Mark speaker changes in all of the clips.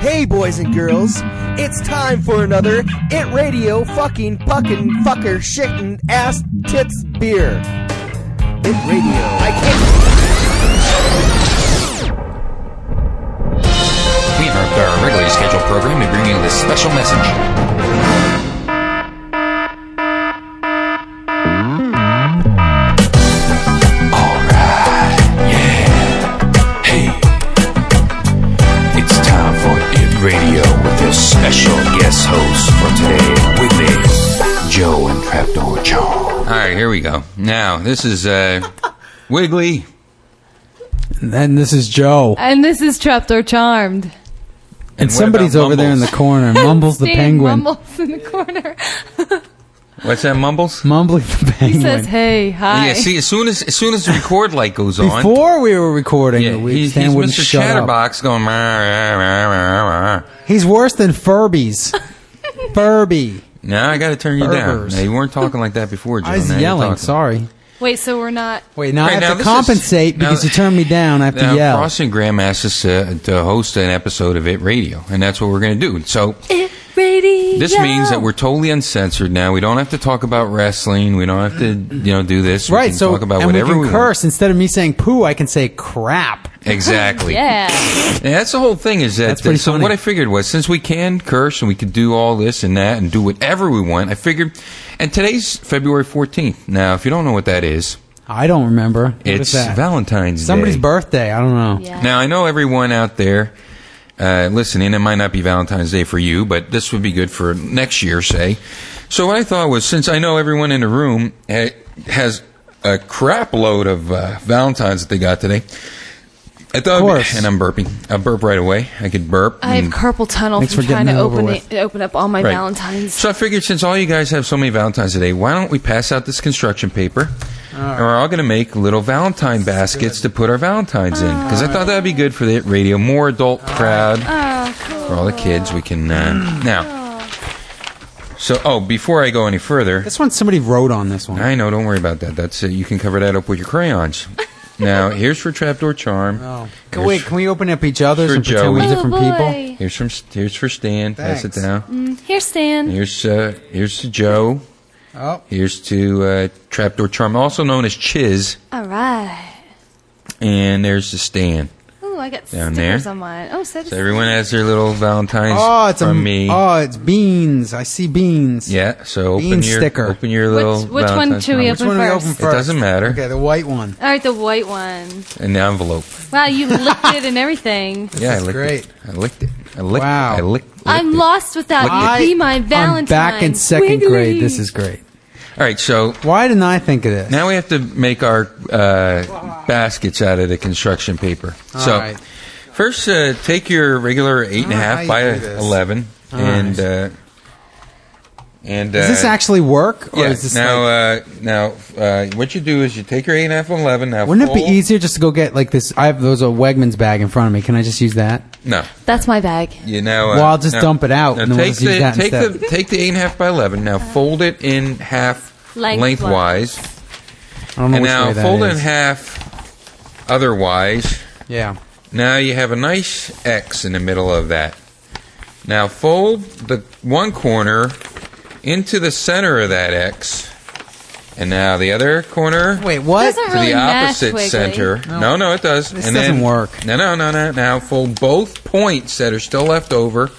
Speaker 1: Hey, boys and girls, it's time for another It Radio fucking puckin' fucker shittin' ass tits beer. It Radio. I can't.
Speaker 2: We've interrupted our regularly scheduled program to bring you this special message. Alright, yeah. Hey, it's time for It Radio with your special guest host for today, with me, Joe and Trapdoor Joe.
Speaker 3: All right, here we go. Now, this is uh, Wiggly.
Speaker 4: And this is Joe.
Speaker 5: And this is Trapdoor Charmed.
Speaker 4: And
Speaker 3: what
Speaker 4: somebody's
Speaker 3: about
Speaker 4: over there in the
Speaker 3: Mumbles?
Speaker 4: corner. Mumbles the
Speaker 5: Stan
Speaker 4: penguin.
Speaker 5: Mumbles in the corner.
Speaker 3: What's that, Mumbles?
Speaker 4: Mumbling the
Speaker 5: he
Speaker 4: penguin.
Speaker 5: says, "Hey, hi."
Speaker 3: Yeah, see, as soon as as soon as the record light goes on,
Speaker 4: Before we were recording,
Speaker 3: yeah,
Speaker 4: the week,
Speaker 3: he's,
Speaker 4: Stan
Speaker 3: he's
Speaker 4: wouldn't
Speaker 3: Mr.
Speaker 4: shut up.
Speaker 3: Chatterbox going. "Rah, rah, rah, rah, rah."
Speaker 4: He's worse than Furby's. Furby.
Speaker 3: Now I got to turn you down.
Speaker 4: Berbers.
Speaker 3: Now, you weren't talking like that before, Joe.
Speaker 4: I was
Speaker 3: Now you're
Speaker 4: yelling.
Speaker 3: talking.
Speaker 4: Sorry.
Speaker 5: Wait, so we're not.
Speaker 4: Wait, now
Speaker 3: Right,
Speaker 4: I
Speaker 3: now
Speaker 4: have to
Speaker 3: this is-
Speaker 4: compensate
Speaker 3: now-
Speaker 4: because you turned me down. I have to
Speaker 3: Now,
Speaker 4: yell.
Speaker 3: Frost and Graham asked us uh, to host an episode of It Radio, and that's what we're going to do. So
Speaker 5: Radio.
Speaker 3: this means that we're totally uncensored now. We don't have to talk about wrestling. We don't have to, you know, do this. We
Speaker 4: right.
Speaker 3: can
Speaker 4: So
Speaker 3: talk about
Speaker 4: and
Speaker 3: whatever
Speaker 4: we can
Speaker 3: we want.
Speaker 4: curse instead of me saying poo, I can say crap.
Speaker 3: Exactly.
Speaker 5: Yeah.
Speaker 3: Yeah, that's the whole thing. Is that
Speaker 4: That's pretty
Speaker 3: so?
Speaker 4: funny.
Speaker 3: What I figured was since we can curse and we can do all this and that and do whatever we want, I figured. And today's February fourteenth. Now, if you don't know what that is,
Speaker 4: I don't remember. What is
Speaker 3: it's
Speaker 4: that?
Speaker 3: Valentine's
Speaker 4: Somebody's
Speaker 3: Day.
Speaker 4: birthday. I don't know.
Speaker 5: yeah.
Speaker 3: Now I know everyone out there uh, listening. It might not be Valentine's Day for you, but this would be good for next year, say. So what I thought was, since I know everyone in the room ha- has a crap load of uh, Valentines that they got today, I thought,
Speaker 4: Of course.
Speaker 3: and I'm burping. I burp right away. I could burp.
Speaker 5: I have
Speaker 3: and-
Speaker 5: carpal tunnel
Speaker 4: Thanks
Speaker 5: from
Speaker 4: for
Speaker 5: trying
Speaker 4: getting
Speaker 5: to
Speaker 4: it over
Speaker 5: open
Speaker 4: with.
Speaker 5: it, open up all my
Speaker 3: Mm. Right.
Speaker 5: Valentines.
Speaker 3: So I figured since all you guys have so many Valentines today, why don't we pass out this construction paper? And we're all going to make little Valentine baskets to put our Valentines in. Because I thought that would be good for the radio. More adult crowd.
Speaker 5: Oh, cool.
Speaker 3: For all the kids, we can. Uh, now. So, oh, before I go any further,
Speaker 4: This one somebody wrote on this one.
Speaker 3: I know, don't worry about that. That's it. You can cover that up with your crayons. now, here's for Trapdoor Charm.
Speaker 4: Oh. Can, wait, can we open up each other's
Speaker 3: for
Speaker 4: and pretend
Speaker 3: Joey.
Speaker 4: we're
Speaker 3: Oh,
Speaker 4: different people?
Speaker 5: boy.
Speaker 3: Here's from here's for Stan. Pass it
Speaker 4: Thanks.
Speaker 3: down.
Speaker 5: Here, Stan.
Speaker 3: Here's uh, here's to Joe.
Speaker 4: Oh.
Speaker 3: Here's to uh, Trapdoor Charm, also known as Chiz,
Speaker 5: All right.
Speaker 3: and there's the Stan.
Speaker 5: Oh, I got
Speaker 3: Down
Speaker 5: stickers
Speaker 3: there.
Speaker 5: on mine. Oh, so, does
Speaker 3: So everyone has their little Valentines
Speaker 4: Oh, it's
Speaker 3: from
Speaker 4: a,
Speaker 3: me.
Speaker 4: Oh, it's beans. I see beans.
Speaker 3: yeah, so open
Speaker 4: Bean
Speaker 3: your
Speaker 4: sticker.
Speaker 3: open your
Speaker 5: Which-
Speaker 3: little.
Speaker 5: which one
Speaker 3: Valentine's
Speaker 5: should we
Speaker 3: from-
Speaker 4: Which one do we
Speaker 5: Open
Speaker 4: open
Speaker 5: first.
Speaker 4: first?
Speaker 3: It doesn't matter.
Speaker 4: Okay, the white one.
Speaker 5: all right, the white one.
Speaker 3: In the envelope.
Speaker 5: Wow, you licked it and everything.
Speaker 3: yeah, I
Speaker 4: is
Speaker 3: licked
Speaker 4: great.
Speaker 3: it. I licked it. I licked.
Speaker 4: Wow.
Speaker 3: It. I licked. licked it.
Speaker 5: I'm lost without
Speaker 4: I
Speaker 5: you. Be my
Speaker 4: am
Speaker 5: Valentine.
Speaker 4: back in second
Speaker 5: Wiggly.
Speaker 4: grade. This is great.
Speaker 3: All right, so
Speaker 4: Why didn't I think of this?
Speaker 3: now we have to make our uh, baskets out of the construction paper.
Speaker 4: All
Speaker 3: so
Speaker 4: right.
Speaker 3: first, uh, take your regular eight and a
Speaker 4: I don't know
Speaker 3: half
Speaker 4: how you
Speaker 3: by
Speaker 4: do this.
Speaker 3: eleven,
Speaker 4: All
Speaker 3: and
Speaker 4: right.
Speaker 3: uh, and uh,
Speaker 4: Does this actually work? Or
Speaker 3: Yeah.
Speaker 4: is this
Speaker 3: now,
Speaker 4: like,
Speaker 3: uh, now, uh, what you do is you take your eight and a half and eleven. Now,
Speaker 4: wouldn't it be
Speaker 3: fold-
Speaker 4: easier just to go get like this? I have those a Wegmans bag in front of me. Can I just use that?
Speaker 3: No,
Speaker 5: That's my bag.
Speaker 3: you know. Uh,
Speaker 4: Well, I'll just
Speaker 3: now-
Speaker 4: dump it out
Speaker 3: now
Speaker 4: and then we'll
Speaker 3: take
Speaker 4: just use
Speaker 3: the
Speaker 4: that
Speaker 3: take the
Speaker 4: instead.
Speaker 3: take the eight and a half by eleven. Now fold it in half
Speaker 5: Lengthwise.
Speaker 3: lengthwise,
Speaker 4: I don't know
Speaker 3: and
Speaker 4: which
Speaker 3: now
Speaker 4: way that
Speaker 3: fold it in
Speaker 4: is.
Speaker 3: half otherwise.
Speaker 4: Yeah.
Speaker 3: Now you have a nice X in the middle of that. Now fold the one corner into the center of that X, and now the other corner
Speaker 4: Wait, what?
Speaker 5: Doesn't
Speaker 3: to
Speaker 5: really
Speaker 3: the
Speaker 5: match
Speaker 3: opposite
Speaker 5: Wiggly.
Speaker 3: center. No.
Speaker 4: No.
Speaker 3: no, it does.
Speaker 4: This doesn't work.
Speaker 3: No, no, no, no. Now fold both points that are still left over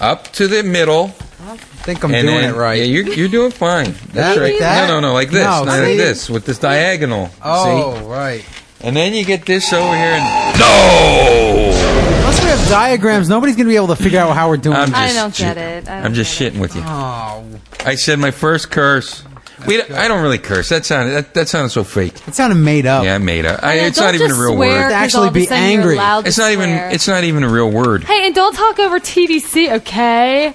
Speaker 3: up to the middle.
Speaker 4: I think I'm
Speaker 3: and
Speaker 4: doing
Speaker 3: then-
Speaker 4: it right.
Speaker 3: Yeah, you're, you're doing fine. That's
Speaker 4: That
Speaker 3: right.
Speaker 4: like that?
Speaker 3: No, no, no, like this.
Speaker 4: No,
Speaker 3: not
Speaker 4: see?
Speaker 3: like this with this diagonal.
Speaker 4: oh, right.
Speaker 3: See? And then you get this over here and no.
Speaker 4: Unless we have diagrams, nobody's going to be able to figure out how we're doing.
Speaker 3: I'm
Speaker 4: it.
Speaker 3: just
Speaker 5: I don't
Speaker 3: shit-
Speaker 5: get it. I don't
Speaker 3: I'm just
Speaker 5: get it.
Speaker 3: shitting with you. Uh,
Speaker 4: Oh,
Speaker 3: I said my first curse. We, don't- I don't really curse. That sounded that, that sounded so fake.
Speaker 4: it sounded made up.
Speaker 3: Yeah, I made up. I,
Speaker 5: Yeah,
Speaker 3: it's
Speaker 5: don't
Speaker 3: not even a
Speaker 5: just
Speaker 3: real
Speaker 5: swear,
Speaker 3: word.
Speaker 5: 'cause
Speaker 4: Actually
Speaker 5: all of a
Speaker 4: be
Speaker 5: sudden you're
Speaker 4: angry.
Speaker 5: allowed to
Speaker 3: It's not even
Speaker 5: swear.
Speaker 3: it's not even a real word.
Speaker 5: Hey, and don't talk over TDC, okay?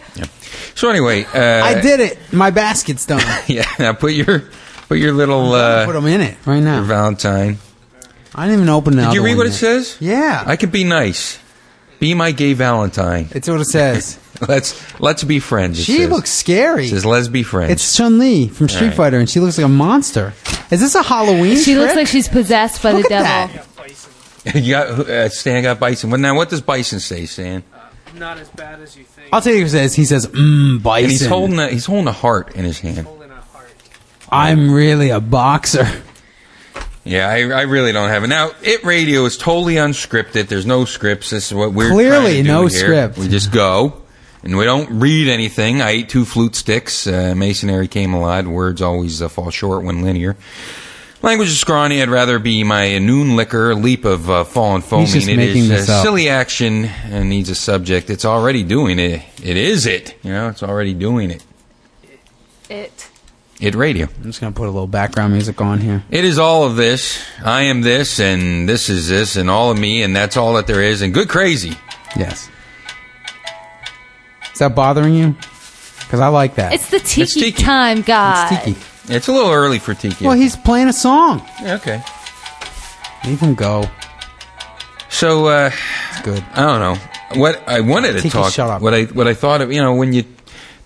Speaker 3: So anyway, uh,
Speaker 4: I did it. My basket's done.
Speaker 3: Yeah, now put your put your little
Speaker 4: Put
Speaker 3: uh,
Speaker 4: them in it right now.
Speaker 3: your Valentine.
Speaker 4: I didn't even open it.
Speaker 3: Did you read what it says?
Speaker 4: Yeah.
Speaker 3: I could be nice. Be my gay Valentine.
Speaker 4: it's what it says.
Speaker 3: Let's let's be friends. it
Speaker 4: she
Speaker 3: says.
Speaker 4: looks scary.
Speaker 3: It says let's be friends.
Speaker 4: It's Chun Li from Street
Speaker 3: All right.
Speaker 4: Fighter, and she looks like a monster. Is this a Halloween?
Speaker 5: She looks
Speaker 4: trick?
Speaker 5: like she's possessed by
Speaker 4: Look
Speaker 5: the
Speaker 4: at
Speaker 5: devil.
Speaker 4: that.
Speaker 3: you got uh, Stan got Bison. Well, now what does Bison say, Stan?
Speaker 6: not as bad as you think.
Speaker 4: I'll tell you what he says. He says, mmm, bison.
Speaker 3: And he's holding a, he's holding a heart in his hand.
Speaker 6: Holding a heart.
Speaker 4: I'm really a boxer.
Speaker 3: Yeah, I, I really don't have it. Now, It Radio is totally unscripted. There's no scripts. This is what we're
Speaker 4: Clearly
Speaker 3: trying to do
Speaker 4: no
Speaker 3: here.
Speaker 4: script.
Speaker 3: We just go, and we don't read anything. I ate two flute sticks. Uh, masonry came alive. Words always uh, fall short when linear. Language is scrawny. I'd rather be my noon liquor, leap of uh, fallen foaming.
Speaker 4: He's just
Speaker 3: It
Speaker 4: making
Speaker 3: is, uh,
Speaker 4: this up.
Speaker 3: silly action and needs a subject. It's already doing it. It is it. You know, it's already doing it.
Speaker 5: It.
Speaker 3: It radio.
Speaker 4: I'm just gonna put a little background music on here.
Speaker 3: It is all of this. I am this, and this is this, and all of me, and that's all that there is. And good crazy.
Speaker 4: Yes. Is that bothering you? Because I like that.
Speaker 5: It's the tiki,
Speaker 3: tiki.
Speaker 5: time,
Speaker 4: It's
Speaker 5: God.
Speaker 4: tiki.
Speaker 3: It's a little early for Tiki.
Speaker 4: Well, he's playing a song.
Speaker 3: okay.
Speaker 4: Leave him go.
Speaker 3: So uh,
Speaker 4: It's good.
Speaker 3: I don't know what I wanted to
Speaker 4: Tiki,
Speaker 3: talk.
Speaker 4: shut up.
Speaker 3: What I what I thought of. You know, when you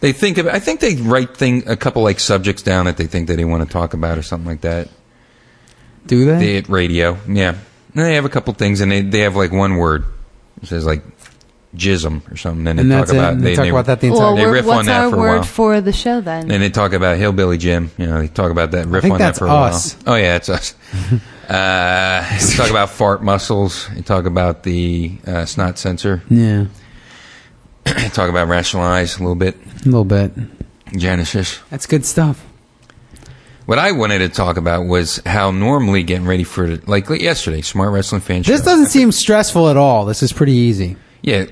Speaker 3: they think of, I think they write thing a couple like subjects down that they think that they want to talk about or something like that.
Speaker 4: Do they?
Speaker 3: They at radio, yeah. And they have a couple things, and they they have like one word. It says like jism or something, and they
Speaker 4: and
Speaker 3: talk
Speaker 4: that's it.
Speaker 3: about
Speaker 4: and they, talk about that the entire.
Speaker 5: Well,
Speaker 3: They
Speaker 5: we're-
Speaker 3: riff on
Speaker 5: what's
Speaker 3: that
Speaker 5: our
Speaker 3: for a
Speaker 5: word
Speaker 3: while.
Speaker 5: for the show then?
Speaker 3: And they talk about Hillbilly Jim. You know, they talk about that riff
Speaker 4: think
Speaker 3: on that
Speaker 4: that's
Speaker 3: for a
Speaker 4: us.
Speaker 3: while. Oh yeah, it's us. uh, they talk about fart muscles. They talk about the uh, snot sensor.
Speaker 4: yeah,
Speaker 3: They talk about rationalize a little bit.
Speaker 4: a little bit.
Speaker 3: Genesis.
Speaker 4: That's good stuff.
Speaker 3: What I wanted to talk about was how normally getting ready for it, like yesterday, Smart Wrestling Fan Show.
Speaker 4: This doesn't seem stressful at all. This is pretty easy.
Speaker 3: yeah,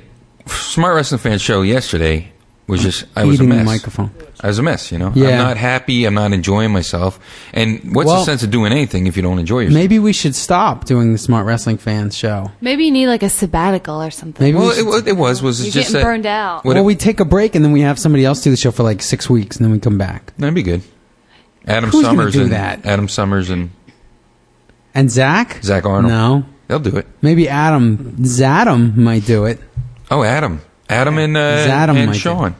Speaker 3: Smart Wrestling Fan Show yesterday was just I was
Speaker 4: Eating
Speaker 3: a mess.
Speaker 4: the microphone.
Speaker 3: I was a mess, you know. I'm
Speaker 4: Yeah.
Speaker 3: not happy. I'm not enjoying myself. And what's the
Speaker 4: Well-
Speaker 3: sense of doing anything if you don't enjoy yourself?
Speaker 4: Maybe we should stop doing the Smart Wrestling Fans show.
Speaker 5: Maybe you need like a sabbatical or something.
Speaker 4: Maybe
Speaker 3: Well,
Speaker 4: we should,
Speaker 3: it, wa- it was was
Speaker 5: You're
Speaker 3: just
Speaker 5: getting
Speaker 3: that-
Speaker 5: burned out.
Speaker 3: what
Speaker 4: well,
Speaker 3: it-
Speaker 4: we take a break and then we have somebody else do the show for like six weeks and then we come back.
Speaker 3: That'd be good. Adam
Speaker 4: Who's gonna
Speaker 3: Summers
Speaker 4: do
Speaker 3: and
Speaker 4: that?
Speaker 3: Adam Summers and
Speaker 4: And Zach?
Speaker 3: Zach Arnold.
Speaker 4: No.
Speaker 3: they'll do it.
Speaker 4: Maybe Adam. Zadam might do it.
Speaker 3: Oh, Adam, Adam and uh,
Speaker 4: Zadam
Speaker 3: and
Speaker 4: might do
Speaker 3: Sean.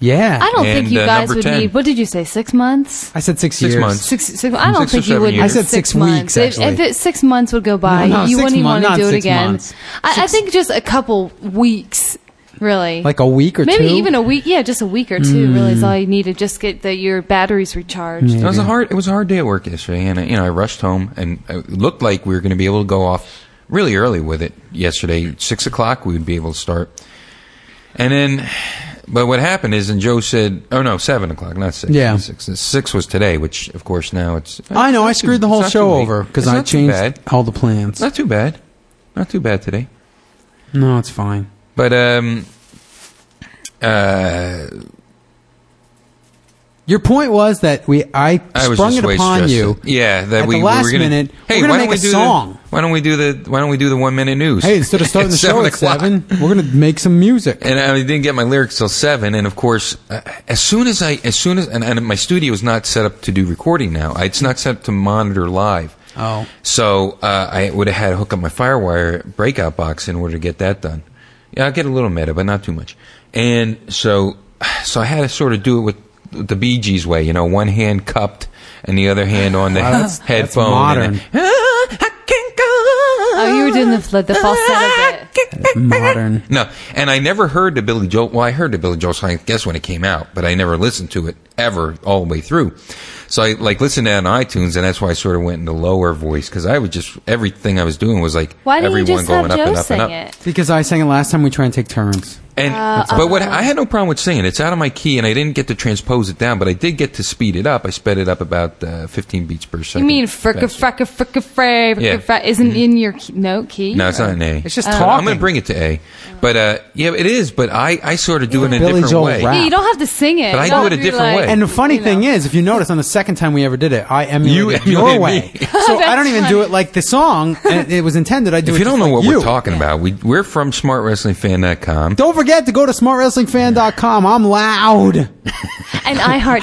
Speaker 4: Yeah.
Speaker 5: I don't
Speaker 3: And,
Speaker 5: think you
Speaker 3: uh,
Speaker 5: guys
Speaker 3: number
Speaker 5: would
Speaker 3: 10.
Speaker 5: need. What did you say? Six months?
Speaker 4: I said six,
Speaker 3: Six
Speaker 4: years.
Speaker 3: months.
Speaker 5: Six, six, I don't
Speaker 3: Six or
Speaker 5: think you
Speaker 3: seven
Speaker 5: would.
Speaker 3: years.
Speaker 5: need
Speaker 3: I
Speaker 4: said six weeks,
Speaker 5: If, if
Speaker 4: actually.
Speaker 5: it, six months would go by,
Speaker 4: No, no,
Speaker 5: you
Speaker 4: six
Speaker 5: wouldn't even
Speaker 4: months,
Speaker 5: want
Speaker 4: not
Speaker 5: to do it
Speaker 4: six
Speaker 5: again.
Speaker 4: months.
Speaker 5: I, I think just a couple weeks, really.
Speaker 4: Like a week or
Speaker 5: Maybe
Speaker 4: two? Hmm.
Speaker 5: even a week. Yeah, just a week or two. Really, is all you need to just get the, your batteries recharged.
Speaker 3: It was a hard. It was a hard day at work yesterday, and uh, you know I rushed home, and it looked like we were going to be able to go off really early with it yesterday. Six o'clock, we would be able to start, and then. But what happened is, and Joe said, "Oh no, seven o'clock, not six.
Speaker 4: Yeah.
Speaker 3: six, six was today, which of course now it's.
Speaker 4: I know. I
Speaker 3: it's not
Speaker 4: screwed
Speaker 3: too-
Speaker 4: the whole
Speaker 3: it's not
Speaker 4: show
Speaker 3: too late.
Speaker 4: over because
Speaker 3: It's
Speaker 4: I
Speaker 3: not too bad.
Speaker 4: changed all the plans.
Speaker 3: Not too bad, not too bad today.
Speaker 4: No, it's fine.
Speaker 3: But um, uh,
Speaker 4: Your point was that we I,
Speaker 3: I was
Speaker 4: sprung
Speaker 3: just
Speaker 4: it
Speaker 3: way
Speaker 4: upon
Speaker 3: stressed.
Speaker 4: you.
Speaker 3: Yeah, that
Speaker 4: at
Speaker 3: we
Speaker 4: the
Speaker 3: we
Speaker 4: last
Speaker 3: were gonna,
Speaker 4: minute.
Speaker 3: Hey,
Speaker 4: we're
Speaker 3: why
Speaker 4: gonna
Speaker 3: don't
Speaker 4: make
Speaker 3: we
Speaker 4: a
Speaker 3: do
Speaker 4: song.
Speaker 3: The, why don't we do the Why don't we do the one minute news?
Speaker 4: Hey, instead of starting the show at
Speaker 3: o'clock.
Speaker 4: seven, we're gonna make some music.
Speaker 3: And I didn't get my lyrics till seven. And of course, uh, as soon as I, as soon as, and, and my studio is not set up to do recording now. It's not set up to monitor live.
Speaker 4: Oh.
Speaker 3: So uh, I would have had to hook up my FireWire breakout box in order to get that done. Yeah, I get a little meta, but not too much. And so, so I had to sort of do it with with the Bee Gees way, you know, one hand cupped and the other hand on the
Speaker 4: Wow, that's- that's
Speaker 3: headphone.
Speaker 4: modern.
Speaker 3: And then, "Ah, I can't go.
Speaker 5: Oh, you were doing the fl- the
Speaker 4: Ah,
Speaker 5: falsetto bit.
Speaker 4: Modern.
Speaker 3: No, and I never heard the Billy Joel. Well, I heard the Billy Joel song, I guess when it came out, but I never listened to it ever all the way through. So I like listened to it on iTunes, and that's why I sort of went in the lower voice because I would just everything I was doing was like
Speaker 5: Why didn't you
Speaker 3: everyone
Speaker 5: just
Speaker 3: going
Speaker 5: have
Speaker 3: up
Speaker 5: Joe
Speaker 3: and up
Speaker 5: sing
Speaker 3: and up.
Speaker 5: it?
Speaker 4: Because I sang it last time. We try and take turns.
Speaker 3: And
Speaker 5: Uh,
Speaker 3: but what
Speaker 5: uh.
Speaker 3: I had no problem with singing. It's out of my key, and I didn't get to transpose it down, but I did get to speed it up. I sped it up about uh, 15 beats per second.
Speaker 5: You mean fricka
Speaker 3: faster.
Speaker 5: fricka fricka fray
Speaker 3: Yeah. Mm-hmm.
Speaker 5: fricka fray isn't in your key, note key?
Speaker 3: No, it's not an A.
Speaker 4: It's just
Speaker 3: I'm
Speaker 4: talking.
Speaker 3: going to bring it to A, but uh, yeah, it is. But I, I sort of do it in a
Speaker 4: Billy
Speaker 3: different
Speaker 4: Joel
Speaker 3: way.
Speaker 4: rap.
Speaker 5: Yeah, you don't have to sing it.
Speaker 3: But I
Speaker 5: You don't
Speaker 3: do it a
Speaker 5: have to be
Speaker 3: different
Speaker 5: like-
Speaker 3: way.
Speaker 4: And the funny
Speaker 5: You
Speaker 4: thing
Speaker 5: know.
Speaker 4: is, if you notice, on the second time we ever did it, I
Speaker 3: You
Speaker 4: emulated
Speaker 3: emulated
Speaker 4: your way.
Speaker 3: me.
Speaker 4: So I don't
Speaker 5: That's
Speaker 4: even do it like the song and it was intended. I do.
Speaker 3: If
Speaker 4: it
Speaker 3: you don't know
Speaker 4: just
Speaker 3: what
Speaker 4: like you.
Speaker 3: we're talking about, we, we're from smartwrestlingfan.com.
Speaker 4: Don't forget to go to smartwrestlingfan.com. I'm loud.
Speaker 5: and iHeart.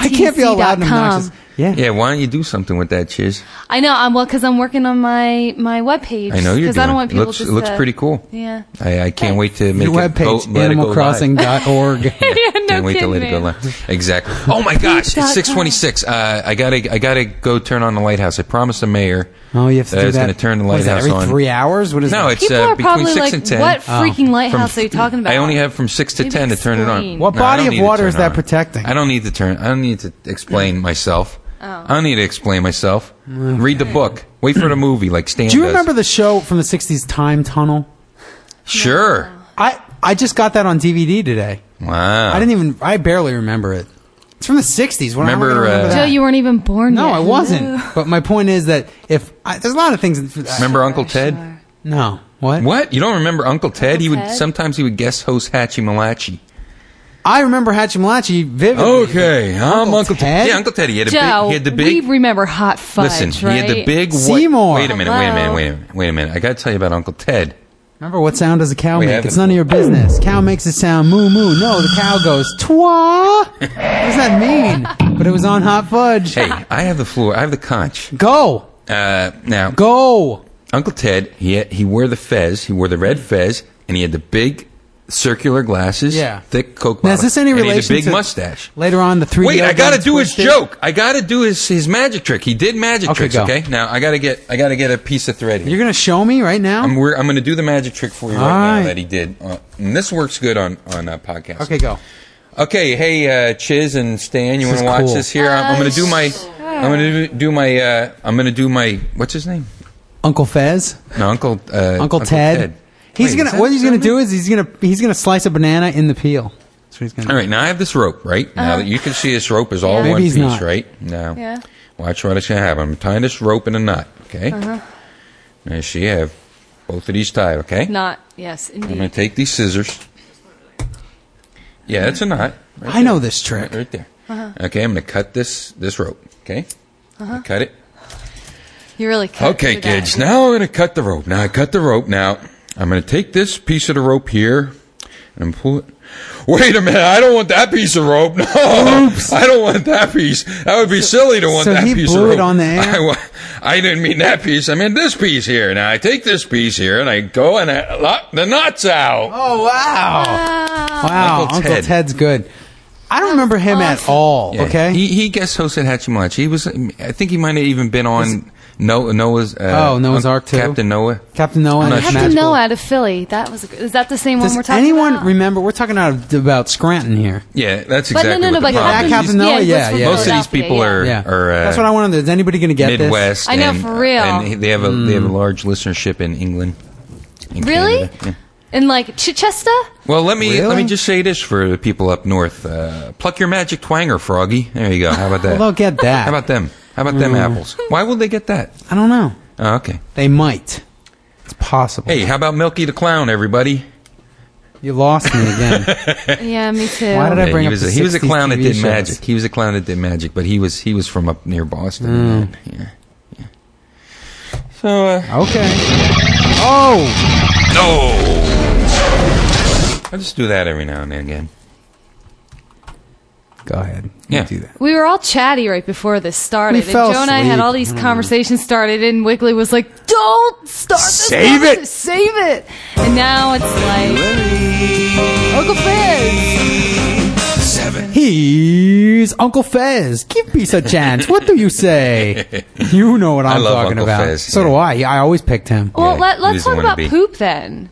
Speaker 4: I can't be all loud and obnoxious. Yeah.
Speaker 3: Yeah, why don't you do something with that, Chiz?
Speaker 5: I know. I'm well because I'm working on my my web page.
Speaker 3: I know you're doing
Speaker 5: Because I don't want
Speaker 3: it.
Speaker 5: people
Speaker 3: looks,
Speaker 5: just
Speaker 3: it looks
Speaker 5: to-
Speaker 3: pretty cool.
Speaker 5: Yeah.
Speaker 3: I, I can't wait to make
Speaker 4: Your
Speaker 3: it go,
Speaker 4: webpage,
Speaker 3: let it go live.
Speaker 4: animalcrossing.org.
Speaker 5: yeah, no
Speaker 3: Can't wait to
Speaker 5: kidding
Speaker 3: let it go
Speaker 5: me.
Speaker 3: live. Exactly. Oh my gosh,
Speaker 5: Peep dot
Speaker 3: it's six twenty-six. Uh, I gotta, I gotta go turn on the lighthouse. I promised the mayor
Speaker 4: Oh, you have to
Speaker 3: that
Speaker 4: do
Speaker 3: it's
Speaker 4: that.
Speaker 3: gonna turn the
Speaker 4: what is that,
Speaker 3: lighthouse
Speaker 4: every
Speaker 3: on.
Speaker 4: three hours. What is
Speaker 3: No,
Speaker 4: that?
Speaker 3: it's
Speaker 5: People
Speaker 3: uh,
Speaker 5: are
Speaker 3: between
Speaker 5: probably
Speaker 3: six
Speaker 5: like,
Speaker 3: and ten.
Speaker 5: what freaking
Speaker 4: Oh.
Speaker 5: lighthouse
Speaker 3: From-
Speaker 5: are you talking about?
Speaker 3: I only have from six to
Speaker 5: Maybe
Speaker 3: ten to turn it on.
Speaker 5: explain.
Speaker 4: What
Speaker 3: I don't
Speaker 4: body of
Speaker 3: need to
Speaker 4: water
Speaker 3: turn
Speaker 4: is
Speaker 3: it
Speaker 4: that
Speaker 3: on.
Speaker 4: protecting?
Speaker 3: I don't need to turn. I don't need to explain
Speaker 5: Mm.
Speaker 3: myself.
Speaker 5: Oh.
Speaker 3: I don't need to explain myself. Read the book. Wait for the movie, like Stan.
Speaker 4: Mm. Do you
Speaker 3: does.
Speaker 4: remember the show from the '60s, Time Tunnel?
Speaker 3: Sure.
Speaker 4: I I just got that on DVD today.
Speaker 3: Wow.
Speaker 4: I didn't even. I barely remember it. It's from the '60s. When
Speaker 3: Remember,
Speaker 4: I remember
Speaker 3: uh,
Speaker 4: that.
Speaker 5: Joe, you weren't even born
Speaker 4: no,
Speaker 5: yet.
Speaker 4: I wasn't. But my point is that if I, there's a lot of things. that-
Speaker 3: Remember Uncle Ted?
Speaker 4: No. What?
Speaker 3: What? You don't remember Uncle Ted?
Speaker 5: Uncle
Speaker 3: he would
Speaker 5: Ted?
Speaker 3: sometimes he would guest host Hatchie Malachi.
Speaker 4: I remember Hatchimalachi vividly.
Speaker 3: Okay, I'm Uncle Ted.
Speaker 4: Ted?
Speaker 3: Yeah, Uncle Ted. He had a
Speaker 5: Joe,
Speaker 3: big. He had the big.
Speaker 5: we remember hot fudge,
Speaker 3: listen,
Speaker 5: right?
Speaker 3: he had the big. white-
Speaker 4: Seymour.
Speaker 3: Wait a minute. Wait a minute.
Speaker 5: Hello.
Speaker 3: Wait a minute. Wait a minute. I got to tell you about Uncle Ted.
Speaker 4: Remember what sound does a cow
Speaker 3: We
Speaker 4: make?
Speaker 3: haven't-
Speaker 4: It's none of your business. Cow makes a sound moo moo. No, the cow goes twa. what does that mean? But it was on hot fudge.
Speaker 3: Hey, I have the floor. I have the conch.
Speaker 4: Go,
Speaker 3: Uh, now,
Speaker 4: go.
Speaker 3: Uncle Ted, he had, he wore the fez. He wore the red fez, and he had the big circular glasses.
Speaker 4: Yeah.
Speaker 3: Thick Coke.
Speaker 4: Now, is
Speaker 3: bottle,
Speaker 4: this any
Speaker 3: and he had a
Speaker 4: relation
Speaker 3: big
Speaker 4: to
Speaker 3: mustache.
Speaker 4: Later on, the three.
Speaker 3: Wait, I gotta
Speaker 4: got to
Speaker 3: do his joke. I gotta do his his magic trick. He did magic
Speaker 4: Okay,
Speaker 3: tricks.
Speaker 4: go.
Speaker 3: Okay, now I gotta get I gotta get a piece of thread. Here.
Speaker 4: You're gonna show me right now.
Speaker 3: I'm, we're, I'm going to do the magic trick for you right,
Speaker 4: All
Speaker 3: now
Speaker 4: right.
Speaker 3: that he did. Uh, and this works good on on uh, podcast.
Speaker 4: okay, go.
Speaker 3: Okay. Hey, uh, Chiz and Stan, you want
Speaker 4: This
Speaker 3: to
Speaker 4: is
Speaker 3: watch
Speaker 4: cool.
Speaker 3: this here? I'm, I'm going to do my. I'm going to do my. Uh, I'm going to do my. What's his name?
Speaker 4: Uncle Fez,
Speaker 3: No, Uncle. Uh,
Speaker 4: Uncle, Ted. He's
Speaker 3: Wait, is
Speaker 4: gonna.
Speaker 3: that
Speaker 4: What he's
Speaker 3: his
Speaker 4: gonna
Speaker 3: name?
Speaker 4: do is he's gonna he's gonna slice a banana in the peel. That's what he's gonna. do.
Speaker 3: All right. Now I have this rope. Right now that you can see this rope is all
Speaker 5: Uh-huh. Yeah.
Speaker 3: one
Speaker 5: Maybe
Speaker 4: he's
Speaker 3: piece.
Speaker 4: not.
Speaker 3: Right now.
Speaker 5: Yeah.
Speaker 3: Watch what it's going to happen. I'm tying this rope in a knot. Okay.
Speaker 5: Uh-huh.
Speaker 3: And she have both of these tied. Okay.
Speaker 5: Not, yes, indeed.
Speaker 3: I'm going to take these scissors. Yeah, it's a knot. Right
Speaker 4: I know
Speaker 3: there.
Speaker 4: this trick.
Speaker 3: Right there.
Speaker 5: Uh-huh.
Speaker 3: Okay, I'm going to cut this this rope. Okay, I cut it.
Speaker 5: you really cut
Speaker 3: Okay,
Speaker 5: for
Speaker 3: kids.
Speaker 5: That.
Speaker 3: Now I'm going to cut the rope. Now I cut the rope. Now I'm going to take this piece of the rope here and I'm pull it. Wait a minute! I don't want that piece of rope. No, I don't want that piece. That would be silly to want
Speaker 4: so
Speaker 3: that
Speaker 4: he
Speaker 3: piece of
Speaker 4: blew it
Speaker 3: rope.
Speaker 4: on the air?
Speaker 3: I, wa- I didn't mean that piece. I meant this piece here. Now I take this piece here and I go and I lock the knots out.
Speaker 4: Oh wow!
Speaker 5: Uh,
Speaker 4: Wow,
Speaker 3: Uncle
Speaker 4: Uncle,
Speaker 3: Ted.
Speaker 4: Ted's good. I don't remember him at all.
Speaker 3: Yeah,
Speaker 4: Okay.
Speaker 3: He he guest hosted Hachimachi. He was I think he might have even been on Noah, Noah's uh,
Speaker 4: Oh, Noah's Ark too?
Speaker 3: Captain Noah.
Speaker 4: Captain Noah. and
Speaker 3: not
Speaker 4: his
Speaker 3: sure.
Speaker 5: Captain
Speaker 4: magical-
Speaker 5: Noah out of Philly. That was. A, is that the same
Speaker 4: Does
Speaker 5: one we're talking
Speaker 4: anyone
Speaker 5: about?
Speaker 4: remember? We're talking out about Scranton here.
Speaker 3: Yeah, that's
Speaker 5: But
Speaker 3: exactly
Speaker 5: no, no, no.
Speaker 3: what
Speaker 5: But
Speaker 3: the problem
Speaker 4: that
Speaker 3: is.
Speaker 4: Captain
Speaker 5: Captain
Speaker 4: Noah,
Speaker 5: was
Speaker 4: yeah,
Speaker 5: from
Speaker 4: yeah.
Speaker 3: Most of these
Speaker 5: Philadelphia,
Speaker 3: people
Speaker 5: yeah.
Speaker 3: are
Speaker 4: Yeah,
Speaker 3: are uh,
Speaker 4: that's what I wanted. Is anybody going to get this?
Speaker 3: Midwest.
Speaker 5: I know,
Speaker 3: and, uh,
Speaker 5: for real.
Speaker 3: And they have a they
Speaker 4: Hmm.
Speaker 3: have a large listenership in England. in
Speaker 5: Really?
Speaker 3: Canada. Yeah.
Speaker 5: In like Chichester?
Speaker 3: Well, let me let me
Speaker 4: Really?
Speaker 3: just say this for the people up north: uh, pluck your magic twanger, Froggy. There you go. How about that?
Speaker 4: Well, Hmm. they'll get that.
Speaker 3: How about them? How about them apples? Why would they get that?
Speaker 4: I don't know.
Speaker 3: Oh, okay.
Speaker 4: They might. It's possible.
Speaker 3: Hey, how about Milky the Clown, everybody?
Speaker 4: You lost me again.
Speaker 5: Yeah, me too.
Speaker 4: Why did I-
Speaker 3: Yeah,
Speaker 4: bring
Speaker 3: he
Speaker 4: up
Speaker 3: was
Speaker 4: the
Speaker 3: a, he was a
Speaker 4: 60s
Speaker 3: clown that
Speaker 4: TV
Speaker 3: did
Speaker 4: shows.
Speaker 3: magic. He was a clown that did magic, but he was he was from up near Boston.
Speaker 4: Hmm.
Speaker 3: Yeah, yeah. So uh,
Speaker 4: okay. Oh,
Speaker 3: no, I just do that every now and then again.
Speaker 4: go ahead. You
Speaker 3: Yeah.
Speaker 4: do that.
Speaker 5: We were all chatty right before this started.
Speaker 4: We
Speaker 5: and
Speaker 4: fell
Speaker 5: Joe and I had
Speaker 4: asleep. Hmm.
Speaker 5: all these conversations started, and Wiggly was like, "Don't start this.
Speaker 2: Save
Speaker 5: conversa-
Speaker 2: it."
Speaker 5: Save it." And now it's like Uncle Fizz.
Speaker 4: He's Uncle Fez. Give peace a chance. What do you say? You know what I'm
Speaker 3: love
Speaker 4: talking
Speaker 3: Uncle
Speaker 4: about.
Speaker 3: Fez,
Speaker 4: so
Speaker 3: yeah.
Speaker 4: do I. Yeah, I always picked him.
Speaker 5: Well,
Speaker 3: Yeah,
Speaker 5: let,
Speaker 3: he
Speaker 5: let's
Speaker 3: doesn't
Speaker 5: talk
Speaker 3: wanna
Speaker 5: about
Speaker 3: be.
Speaker 5: poop then.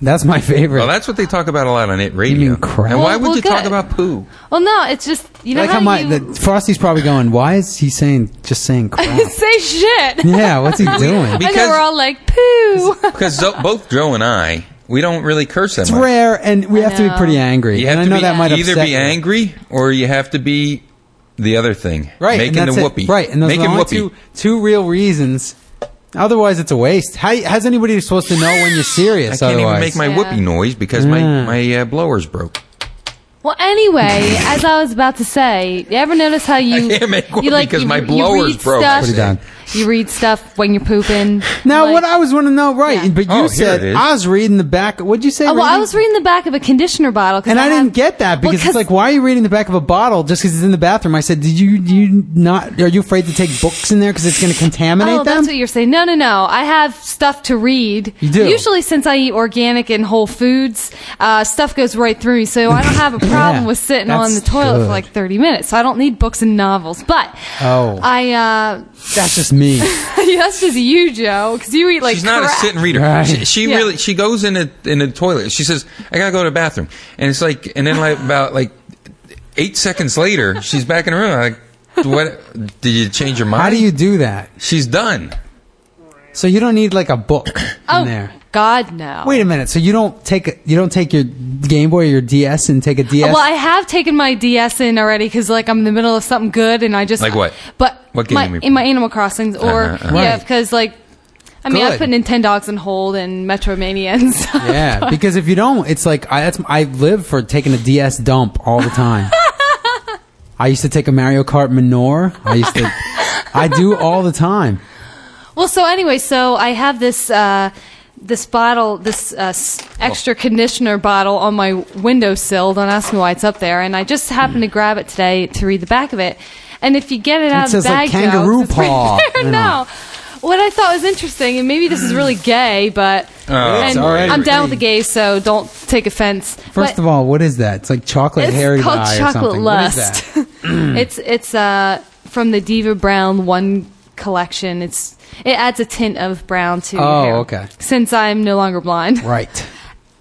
Speaker 4: That's my favorite.
Speaker 3: Well, that's what they talk about a lot on it radio.
Speaker 4: mean crap.
Speaker 3: And why
Speaker 5: Well,
Speaker 3: would
Speaker 5: well,
Speaker 3: you talk
Speaker 5: good.
Speaker 3: about poo?
Speaker 5: Well, no, it's just you know
Speaker 4: like how
Speaker 5: how,
Speaker 4: my
Speaker 5: you
Speaker 4: the, Frosty's probably going. Why is he saying just saying crap?
Speaker 5: say shit.
Speaker 4: yeah, what's he doing?
Speaker 5: I
Speaker 3: Because-
Speaker 5: know we're all like poo.
Speaker 3: Because zo- both Joe and I, we don't really curse that
Speaker 4: It's
Speaker 3: much.
Speaker 4: rare, and we have to be
Speaker 5: know.
Speaker 4: pretty angry.
Speaker 3: You have to
Speaker 4: and I know
Speaker 3: be
Speaker 4: that might
Speaker 3: either
Speaker 4: upset
Speaker 3: be
Speaker 4: you.
Speaker 3: angry or you have to be the other thing,
Speaker 4: right? and
Speaker 3: Making the
Speaker 4: that's it.
Speaker 3: whoopee,
Speaker 4: right? And those
Speaker 3: making
Speaker 4: are the only
Speaker 3: whoopee.
Speaker 4: two two real reasons. Otherwise, it's a waste. How how's anybody who's supposed to know when you're
Speaker 3: I
Speaker 4: serious?
Speaker 3: can't even
Speaker 4: otherwise,
Speaker 3: make my
Speaker 5: Yeah.
Speaker 3: whoopee noise because my
Speaker 4: Yeah.
Speaker 3: my uh, blower's broke.
Speaker 5: Well, anyway, as I was about to say, you ever notice how you
Speaker 3: I can't make one
Speaker 5: you like
Speaker 3: because
Speaker 5: you,
Speaker 3: my
Speaker 5: you
Speaker 3: blower's
Speaker 5: read
Speaker 3: broke.
Speaker 5: Stuff,
Speaker 4: Put it down.
Speaker 5: You read stuff when you're pooping.
Speaker 4: now
Speaker 5: like-
Speaker 4: what I was want to know, right?
Speaker 5: Yeah.
Speaker 4: But you
Speaker 3: Oh, here
Speaker 4: said
Speaker 3: it is.
Speaker 4: I was reading the back. What'd you say?
Speaker 5: Oh, well, I
Speaker 4: reading?
Speaker 5: was reading the back of a conditioner bottle, 'cause
Speaker 4: and I,
Speaker 5: have-
Speaker 4: didn't get that
Speaker 5: Well,
Speaker 4: because
Speaker 5: 'cause-
Speaker 4: it's like, why are you reading the back of a bottle just because it's in the bathroom? I said, did you do you not? Are you afraid to take books in there because it's going to contaminate
Speaker 5: Oh,
Speaker 4: them?
Speaker 5: that's what you're saying. No, no, no. I have stuff to read.
Speaker 4: You do?
Speaker 5: Usually, since I eat organic and whole foods, uh, stuff goes right through me, so I don't have a problem
Speaker 4: Yeah,
Speaker 5: with sitting on the
Speaker 4: that's
Speaker 5: toilet
Speaker 4: good.
Speaker 5: for like 30 minutes. So I don't need books and novels. But
Speaker 4: Oh.
Speaker 5: I uh,
Speaker 4: That's just me.
Speaker 5: yes, is you, Joe, because you eat like
Speaker 3: She's not a
Speaker 5: crap.
Speaker 3: sit and reader.
Speaker 4: Right.
Speaker 3: She, she
Speaker 5: Yeah.
Speaker 3: really she goes in the in the toilet. She says, "I gotta go to the bathroom," and it's like, and then like about like eight seconds later, she's back in her room. I'm like, what? Did you change your mind?
Speaker 4: How do you do that?
Speaker 3: She's done.
Speaker 4: So you don't need like a book
Speaker 5: Oh
Speaker 4: in there.
Speaker 5: God, no.
Speaker 4: Wait a minute. So you don't take a, you don't take your Game Boy or your DS and take a DS.
Speaker 5: Well, I have taken my DS in already because, like, I'm in the middle of something good, and I just
Speaker 3: Like what?
Speaker 5: But
Speaker 3: What game
Speaker 5: my-
Speaker 3: you mean?
Speaker 5: in my Animal Crossings, or
Speaker 3: Uh-huh, uh-huh.
Speaker 5: yeah,
Speaker 4: Right.
Speaker 5: because like, I mean, I
Speaker 4: Good.
Speaker 5: put Nintendogs on hold and Metromania and stuff.
Speaker 4: yeah, because if you don't, it's like I, that's I live for taking a DS dump all the time. I used to take a Mario Kart Minor. I used to. I do all the time.
Speaker 5: Well, so anyway, so I have this uh, this bottle, this uh, s- extra
Speaker 4: Oh.
Speaker 5: conditioner bottle on my windowsill. Don't ask me why it's up there. And I just happened to grab it today to read the back of it. And if you get it out
Speaker 4: says,
Speaker 5: of the
Speaker 4: like,
Speaker 5: bag, Joe,
Speaker 4: kangaroo
Speaker 5: it's right
Speaker 4: paw,
Speaker 5: there.
Speaker 4: you know.
Speaker 5: no. What I thought was interesting, and maybe this is really gay, but
Speaker 4: Oh,
Speaker 3: it's
Speaker 5: and
Speaker 4: already
Speaker 5: I'm down with the
Speaker 4: pretty.
Speaker 5: gays, so don't take offense.
Speaker 4: First
Speaker 5: but
Speaker 4: of all, what is that? It's like chocolate
Speaker 5: it's
Speaker 4: hairy
Speaker 5: called
Speaker 4: dye or
Speaker 5: chocolate
Speaker 4: something. What is
Speaker 5: lust.
Speaker 4: that? Mm.
Speaker 5: it's it's uh, from the Diva Brown One collection. It's it adds a tint of brown to. your
Speaker 4: Oh,
Speaker 5: hair,
Speaker 4: okay.
Speaker 5: Since I'm no longer blind.
Speaker 4: Right.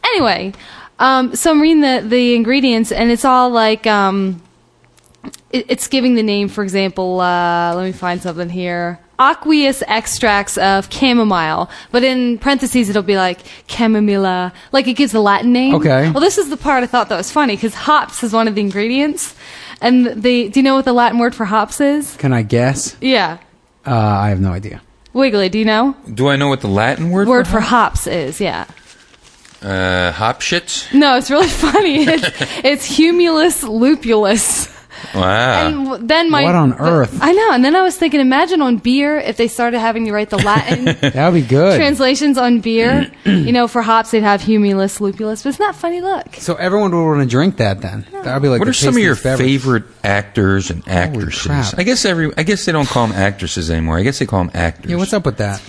Speaker 5: Anyway, um, so I'm reading the the ingredients, and it's all like um, it, it's giving the name. For example, uh, let me find something here. Aqueous extracts of chamomile, but in parentheses it'll be like chamomilla, like it gives a Latin name.
Speaker 4: Okay.
Speaker 5: Well, this is the part I thought that was funny because hops is one of the ingredients, and the do you know what the Latin word for hops is?
Speaker 4: Can I guess?
Speaker 5: Yeah,
Speaker 4: Uh, I have no idea.
Speaker 5: wiggly. Do you know
Speaker 3: Do I know what the Latin word
Speaker 5: word for hops is? Yeah.
Speaker 3: uh, hop shits?
Speaker 5: No, it's really funny. It's, it's humulus lupulus.
Speaker 3: Wow.
Speaker 5: And w- then my
Speaker 4: What on earth?
Speaker 5: I know. And then I was thinking, imagine on beer if they started having to write the Latin
Speaker 4: That would be good.
Speaker 5: translations on beer. you know, for hops they'd have humulus lupulus, but it's not funny. Look,
Speaker 4: so everyone would want to drink that then. That would be like.
Speaker 3: what
Speaker 4: the
Speaker 3: are some of
Speaker 4: tastiest
Speaker 3: your
Speaker 4: beverage.
Speaker 3: favorite actors and actresses?
Speaker 4: crap.
Speaker 3: I guess every I guess they don't call them actresses anymore. I guess they call them actors.
Speaker 4: Yeah, what's up with that?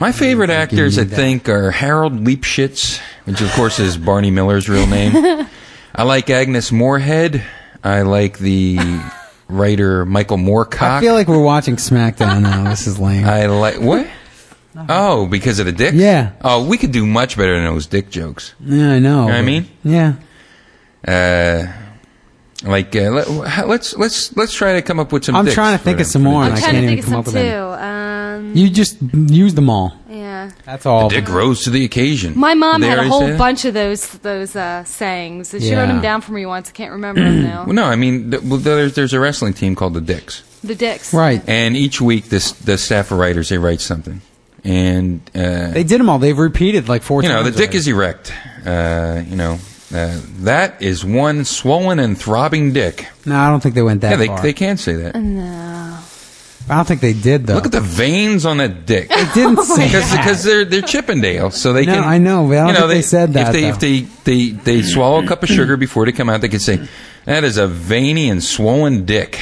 Speaker 3: My favorite actors, I
Speaker 4: that.
Speaker 3: think, are Harold Leipschitz, which of course is Barney Miller's real name. I like Agnes Moorehead. I like the writer Michael Moorcock.
Speaker 4: I feel like we're watching SmackDown now. This is lame.
Speaker 3: I like what? Oh, because of the dick?
Speaker 4: Yeah.
Speaker 3: Oh, we could do much better than those dick jokes.
Speaker 4: yeah, I know.
Speaker 3: what I
Speaker 4: but-
Speaker 3: mean?
Speaker 4: Yeah.
Speaker 3: Uh, like uh, let, wh- let's let's let's try to come up with some.
Speaker 4: I'm
Speaker 3: dicks
Speaker 4: trying to
Speaker 3: for
Speaker 4: think of
Speaker 3: the-
Speaker 4: some
Speaker 3: for the
Speaker 4: more, and
Speaker 5: I'm
Speaker 4: I
Speaker 3: dicks.
Speaker 5: trying
Speaker 4: can't
Speaker 5: to
Speaker 4: even
Speaker 5: think of
Speaker 4: come
Speaker 5: some
Speaker 4: up with
Speaker 5: too.
Speaker 4: any.
Speaker 5: Um,
Speaker 4: You just use them all.
Speaker 5: yeah.
Speaker 4: That's all.
Speaker 3: Dick rose to the occasion.
Speaker 5: My mom
Speaker 3: Did they
Speaker 5: had a
Speaker 3: already say
Speaker 5: whole
Speaker 3: that?
Speaker 5: bunch of those those uh, sayings. and She wrote
Speaker 4: Yeah.
Speaker 5: them down for me once. I can't remember them now.
Speaker 3: Well, no, I mean th- well, there's there's a wrestling team called the Dicks.
Speaker 5: The dicks.
Speaker 4: Right.
Speaker 3: And each week, this the staff of writers they write something, and uh,
Speaker 4: They did them all. They've repeated like four
Speaker 3: you know
Speaker 4: times.
Speaker 3: the dick
Speaker 4: already.
Speaker 3: is erect. Uh, you know uh, that is one swollen and throbbing dick.
Speaker 4: No, I don't think they went that
Speaker 3: Yeah, they
Speaker 4: far.
Speaker 3: they can say that.
Speaker 4: I don't think they did though.
Speaker 3: Look at the veins on that dick.
Speaker 4: They didn't say that.
Speaker 3: Because they're they're Chippendale, so they
Speaker 4: No,
Speaker 3: can.
Speaker 4: I know, but I don't
Speaker 3: you know,
Speaker 4: think they said that,
Speaker 3: If they if they, they they swallow a cup of sugar before they come out, they can say that is a veiny and swollen dick.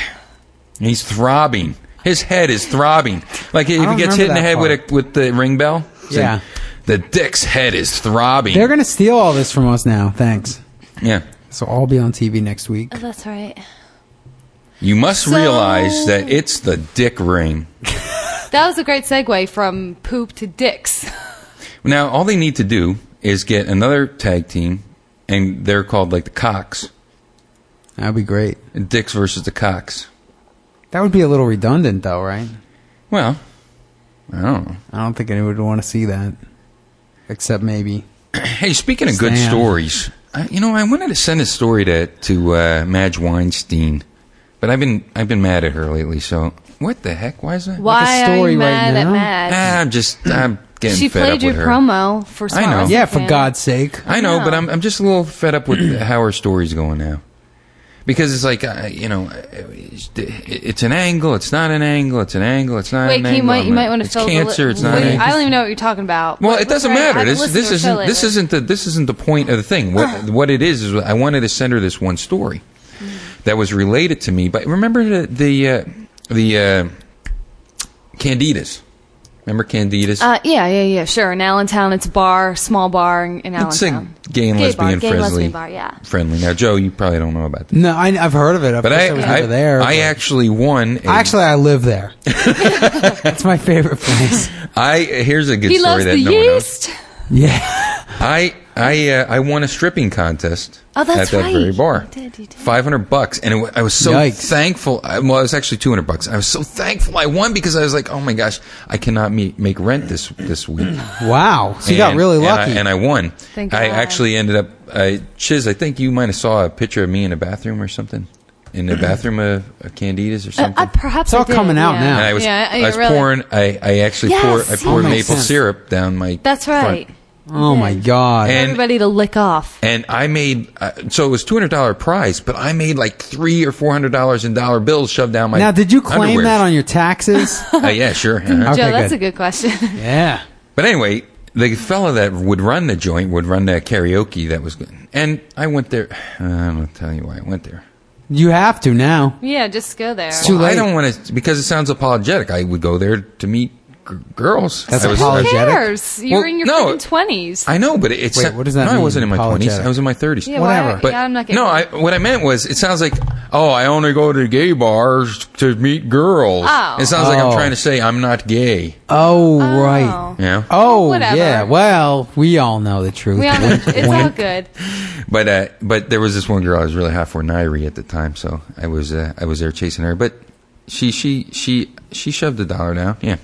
Speaker 3: He's throbbing. His head is throbbing. Like if he
Speaker 4: don't
Speaker 3: gets
Speaker 4: remember
Speaker 3: hit in the
Speaker 4: that
Speaker 3: head with
Speaker 4: part.
Speaker 3: a, with the ring bell. say,
Speaker 4: Yeah.
Speaker 3: The dick's head is throbbing.
Speaker 4: They're gonna steal all this from us now. Thanks.
Speaker 3: yeah.
Speaker 4: So I'll be on TV next week.
Speaker 5: Oh, that's right.
Speaker 3: You must
Speaker 5: So-
Speaker 3: realize that it's the dick ring.
Speaker 5: That was a great segue from poop to dicks.
Speaker 3: Now all they need to do is get another tag team, and they're called like the Cox.
Speaker 4: That'd be great.
Speaker 3: Dicks versus the Cox.
Speaker 4: That would be a little redundant though, right?
Speaker 3: Well, I don't know.
Speaker 4: I don't think anyone would want to see that, except maybe.
Speaker 3: Hey, speaking of good
Speaker 4: Sam.
Speaker 3: stories, I, you know, I wanted to send a story to to uh, Madge Weinstein, but I've been I've been mad at her lately. So what the heck? Why is that?
Speaker 5: Why
Speaker 4: story
Speaker 5: are
Speaker 4: right
Speaker 5: you mad
Speaker 4: now.
Speaker 5: at Madge?
Speaker 3: Ah, I'm just I'm getting
Speaker 5: she
Speaker 3: fed up
Speaker 5: played your
Speaker 3: with her.
Speaker 5: promo for Smart
Speaker 3: know.
Speaker 5: Wrestling
Speaker 4: Yeah, for
Speaker 5: Fan.
Speaker 4: God's sake.
Speaker 3: I know,
Speaker 5: No.
Speaker 3: but I'm I'm just a little fed up with how her story's going now, because it's like uh, you know, uh, it's an angle, it's not an angle, it's an angle, it's not
Speaker 5: Wait,
Speaker 3: an
Speaker 5: can
Speaker 3: angle.
Speaker 5: you might you
Speaker 3: I'm
Speaker 5: might
Speaker 3: like,
Speaker 5: want to
Speaker 3: it's
Speaker 5: fill
Speaker 3: cancer,
Speaker 5: the li-
Speaker 3: it's not.
Speaker 5: wait,
Speaker 3: an angle.
Speaker 5: I don't even know what you're talking about.
Speaker 3: Well,
Speaker 5: Let-
Speaker 3: it doesn't
Speaker 5: let's- I
Speaker 3: matter.
Speaker 5: can
Speaker 3: This
Speaker 5: listen
Speaker 3: this
Speaker 5: to a show
Speaker 3: isn't this
Speaker 5: later. Uh-huh.
Speaker 3: isn't the this isn't the point of the thing. What what it is is I wanted to send her this one story
Speaker 5: Mm-hmm.
Speaker 3: that was related to me. But remember the the uh, the uh, Candidas. Remember Candida's?
Speaker 5: Uh, yeah, yeah, yeah, sure. In Allentown, it's a bar, small bar in, in
Speaker 3: it's a
Speaker 5: Allentown.
Speaker 3: gay and lesbian
Speaker 5: bar, gay and
Speaker 3: friendly.
Speaker 5: lesbian bar, yeah.
Speaker 3: friendly. Now, Joe, you probably don't know about that.
Speaker 4: No, I, I've heard of it. Of
Speaker 3: But
Speaker 4: course
Speaker 3: I,
Speaker 4: I, was
Speaker 3: I,
Speaker 4: never there.
Speaker 3: I
Speaker 4: but-
Speaker 3: actually won. A,
Speaker 4: actually I live there. That's my favorite place.
Speaker 3: I here's a good
Speaker 5: He
Speaker 3: story
Speaker 5: loves
Speaker 3: that
Speaker 5: the
Speaker 3: no one knows.
Speaker 5: yeast.
Speaker 4: Yeah,
Speaker 3: I I uh, I won a stripping contest
Speaker 5: Oh, that's
Speaker 3: at that
Speaker 5: right.
Speaker 3: very bar.
Speaker 5: You did, you did.
Speaker 3: Five hundred bucks, and it, wa- I was so
Speaker 4: Yikes.
Speaker 3: thankful. I, well, it was actually two hundred bucks. I was so thankful I won because I was like, oh my gosh, I cannot meet, make rent this this week.
Speaker 4: wow. So you got
Speaker 3: And-
Speaker 4: really
Speaker 3: and
Speaker 4: lucky.
Speaker 3: I- and I, won.
Speaker 5: Thank
Speaker 3: I
Speaker 5: God.
Speaker 3: actually ended up. I, Chiz, I think you might have saw a picture of me in a bathroom or something, in the bathroom of, of Candida's or
Speaker 5: Uh,
Speaker 3: something.
Speaker 5: I, perhaps
Speaker 4: It's all
Speaker 5: I did,
Speaker 4: coming out
Speaker 5: yeah.
Speaker 4: now.
Speaker 3: and I was,
Speaker 5: yeah,
Speaker 3: I was
Speaker 5: really-
Speaker 3: pouring. I, I actually
Speaker 5: Yes,
Speaker 3: poured. I
Speaker 5: yes.
Speaker 3: poured
Speaker 4: That makes
Speaker 3: maple
Speaker 4: sense.
Speaker 3: syrup down my.
Speaker 5: That's
Speaker 3: front.
Speaker 5: right.
Speaker 4: oh my god.
Speaker 3: And-
Speaker 5: Everybody to lick off.
Speaker 3: And I made uh, so it was two hundred dollar prize, but I made like three or four hundred dollars in dollar bills shoved down my.
Speaker 4: now, did you claim
Speaker 3: underwear.
Speaker 4: that on your taxes?
Speaker 3: Uh, yeah, sure. uh-huh.
Speaker 4: Okay,
Speaker 5: Joe, that's
Speaker 4: good.
Speaker 5: a good question.
Speaker 4: yeah.
Speaker 3: But anyway, the fella that would run the joint would run the karaoke that was good. And I went there. I don't tell you why I went there.
Speaker 4: You have to now.
Speaker 5: yeah, just go there.
Speaker 4: too
Speaker 3: Well, I
Speaker 4: late.
Speaker 3: don't want to because it sounds apologetic. I would go there to meet g- girls.
Speaker 4: That's
Speaker 3: I was-
Speaker 5: Who
Speaker 4: apologetic.
Speaker 5: cares? You're
Speaker 3: Well,
Speaker 5: in your
Speaker 3: no.
Speaker 5: freaking twenties.
Speaker 3: I know, but it's
Speaker 4: Wait, what does that
Speaker 3: no, I
Speaker 4: mean,
Speaker 3: wasn't in my twenties.
Speaker 4: apologetic?
Speaker 3: I was in my thirties.
Speaker 5: Yeah, why-
Speaker 4: whatever.
Speaker 3: But
Speaker 5: yeah, I'm not getting
Speaker 3: no, I, what I meant was it sounds like oh, I only go to gay bars to meet girls.
Speaker 5: Oh.
Speaker 3: It sounds like I'm
Speaker 4: Oh.
Speaker 3: trying to say I'm not gay.
Speaker 4: Oh, right.
Speaker 3: Yeah.
Speaker 4: Oh
Speaker 5: Whatever.
Speaker 4: yeah. Well, we all know the truth.
Speaker 5: We all,
Speaker 4: Wink,
Speaker 5: it's all
Speaker 4: wink.
Speaker 5: good.
Speaker 3: But uh, but there was this one girl I was really hot for, Nairi, at the time. So I was uh, I was there chasing her, but she she she she shoved a dollar down. Yeah.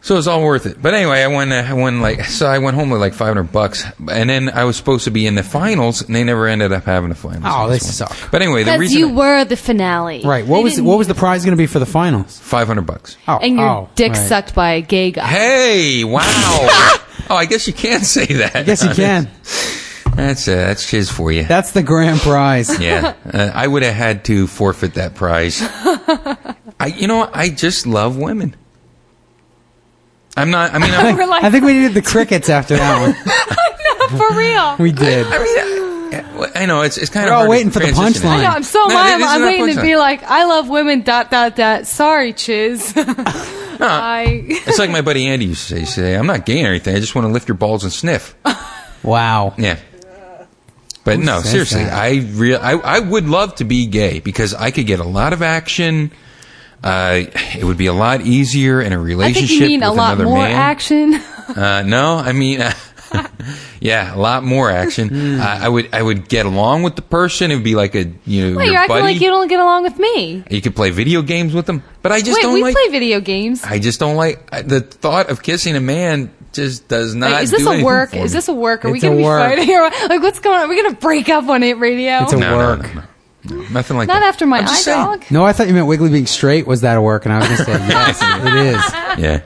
Speaker 3: So it was all worth it. But anyway, I won. Uh, I won like so. I went home with like five hundred bucks, and then I was supposed to be in the finals, and they never ended up having the finals.
Speaker 4: Oh,
Speaker 3: That's
Speaker 4: they
Speaker 3: one.
Speaker 4: suck.
Speaker 3: But anyway, the
Speaker 5: Because
Speaker 3: reason
Speaker 5: you were the finale,
Speaker 4: Right. What
Speaker 5: They
Speaker 4: was
Speaker 5: didn't-
Speaker 4: what was the prize going to be for the finals?
Speaker 3: five hundred bucks.
Speaker 4: Oh,
Speaker 5: And your
Speaker 4: oh,
Speaker 5: dick
Speaker 4: right.
Speaker 5: sucked by a gay guy.
Speaker 3: Hey! Wow. oh, I guess you can say that. I
Speaker 4: Yes, you can.
Speaker 3: That's uh, that's chiz for you.
Speaker 4: That's the grand prize.
Speaker 3: Yeah, uh, I would have had to forfeit that prize. I, you know, I just love women. I'm not. I mean, I'm,
Speaker 5: We're like-
Speaker 4: I think we needed the crickets after that one.
Speaker 5: For real.
Speaker 4: We did.
Speaker 3: I mean, uh, I, I know it's it's kind
Speaker 4: We're
Speaker 3: of
Speaker 4: all
Speaker 3: hard to
Speaker 4: waiting for the
Speaker 3: transition
Speaker 4: punchline.
Speaker 3: it.
Speaker 5: No, I'm so
Speaker 3: No,
Speaker 5: mad.
Speaker 3: this is
Speaker 5: I'm
Speaker 3: not
Speaker 5: waiting to be
Speaker 3: punchline.
Speaker 5: like, I love women. Dot dot dot. Sorry, Chiz. I.
Speaker 3: It's like my buddy Andy used to say. He say, "I'm not gay or anything. I just want to lift your balls and sniff."
Speaker 4: Wow.
Speaker 3: Yeah. But
Speaker 4: Who
Speaker 3: no,
Speaker 4: says
Speaker 3: seriously,
Speaker 4: that?
Speaker 3: I real I, I would love to be gay because I could get a lot of action. Uh, it would be a lot easier in a
Speaker 5: I
Speaker 3: relationship
Speaker 5: think you mean
Speaker 3: with
Speaker 5: a lot
Speaker 3: another
Speaker 5: more
Speaker 3: man.
Speaker 5: action.
Speaker 3: Uh, no, I mean, yeah, a lot more action.
Speaker 5: Hmm.
Speaker 3: Uh, I would, I would get along with the person. It would be like a, you know,
Speaker 5: Wait,
Speaker 3: your
Speaker 5: you're acting
Speaker 3: buddy.
Speaker 5: like you don't get along with me.
Speaker 3: You could play video games with them, but I just
Speaker 5: Wait,
Speaker 3: don't
Speaker 5: we
Speaker 3: like.
Speaker 5: play video games.
Speaker 3: I just don't like I, the thought of kissing a man. Just does not.
Speaker 5: Like, is this
Speaker 3: do
Speaker 5: a
Speaker 3: anything
Speaker 5: work?
Speaker 3: for
Speaker 5: Is
Speaker 3: me.
Speaker 5: this a work? Are we
Speaker 4: It's a
Speaker 5: gonna be
Speaker 4: work.
Speaker 5: fighting? Or, like, what's going on? Are we gonna break up on it radio?
Speaker 4: It's a
Speaker 3: no, no,
Speaker 4: work.
Speaker 3: no, no, no. nothing like
Speaker 5: Not
Speaker 3: that.
Speaker 5: after my
Speaker 3: I'm
Speaker 5: eye
Speaker 3: just saying.
Speaker 5: dog.
Speaker 4: No, I thought you meant Wiggly being straight was that a work, and I was going to say yes, it is.
Speaker 3: Yeah.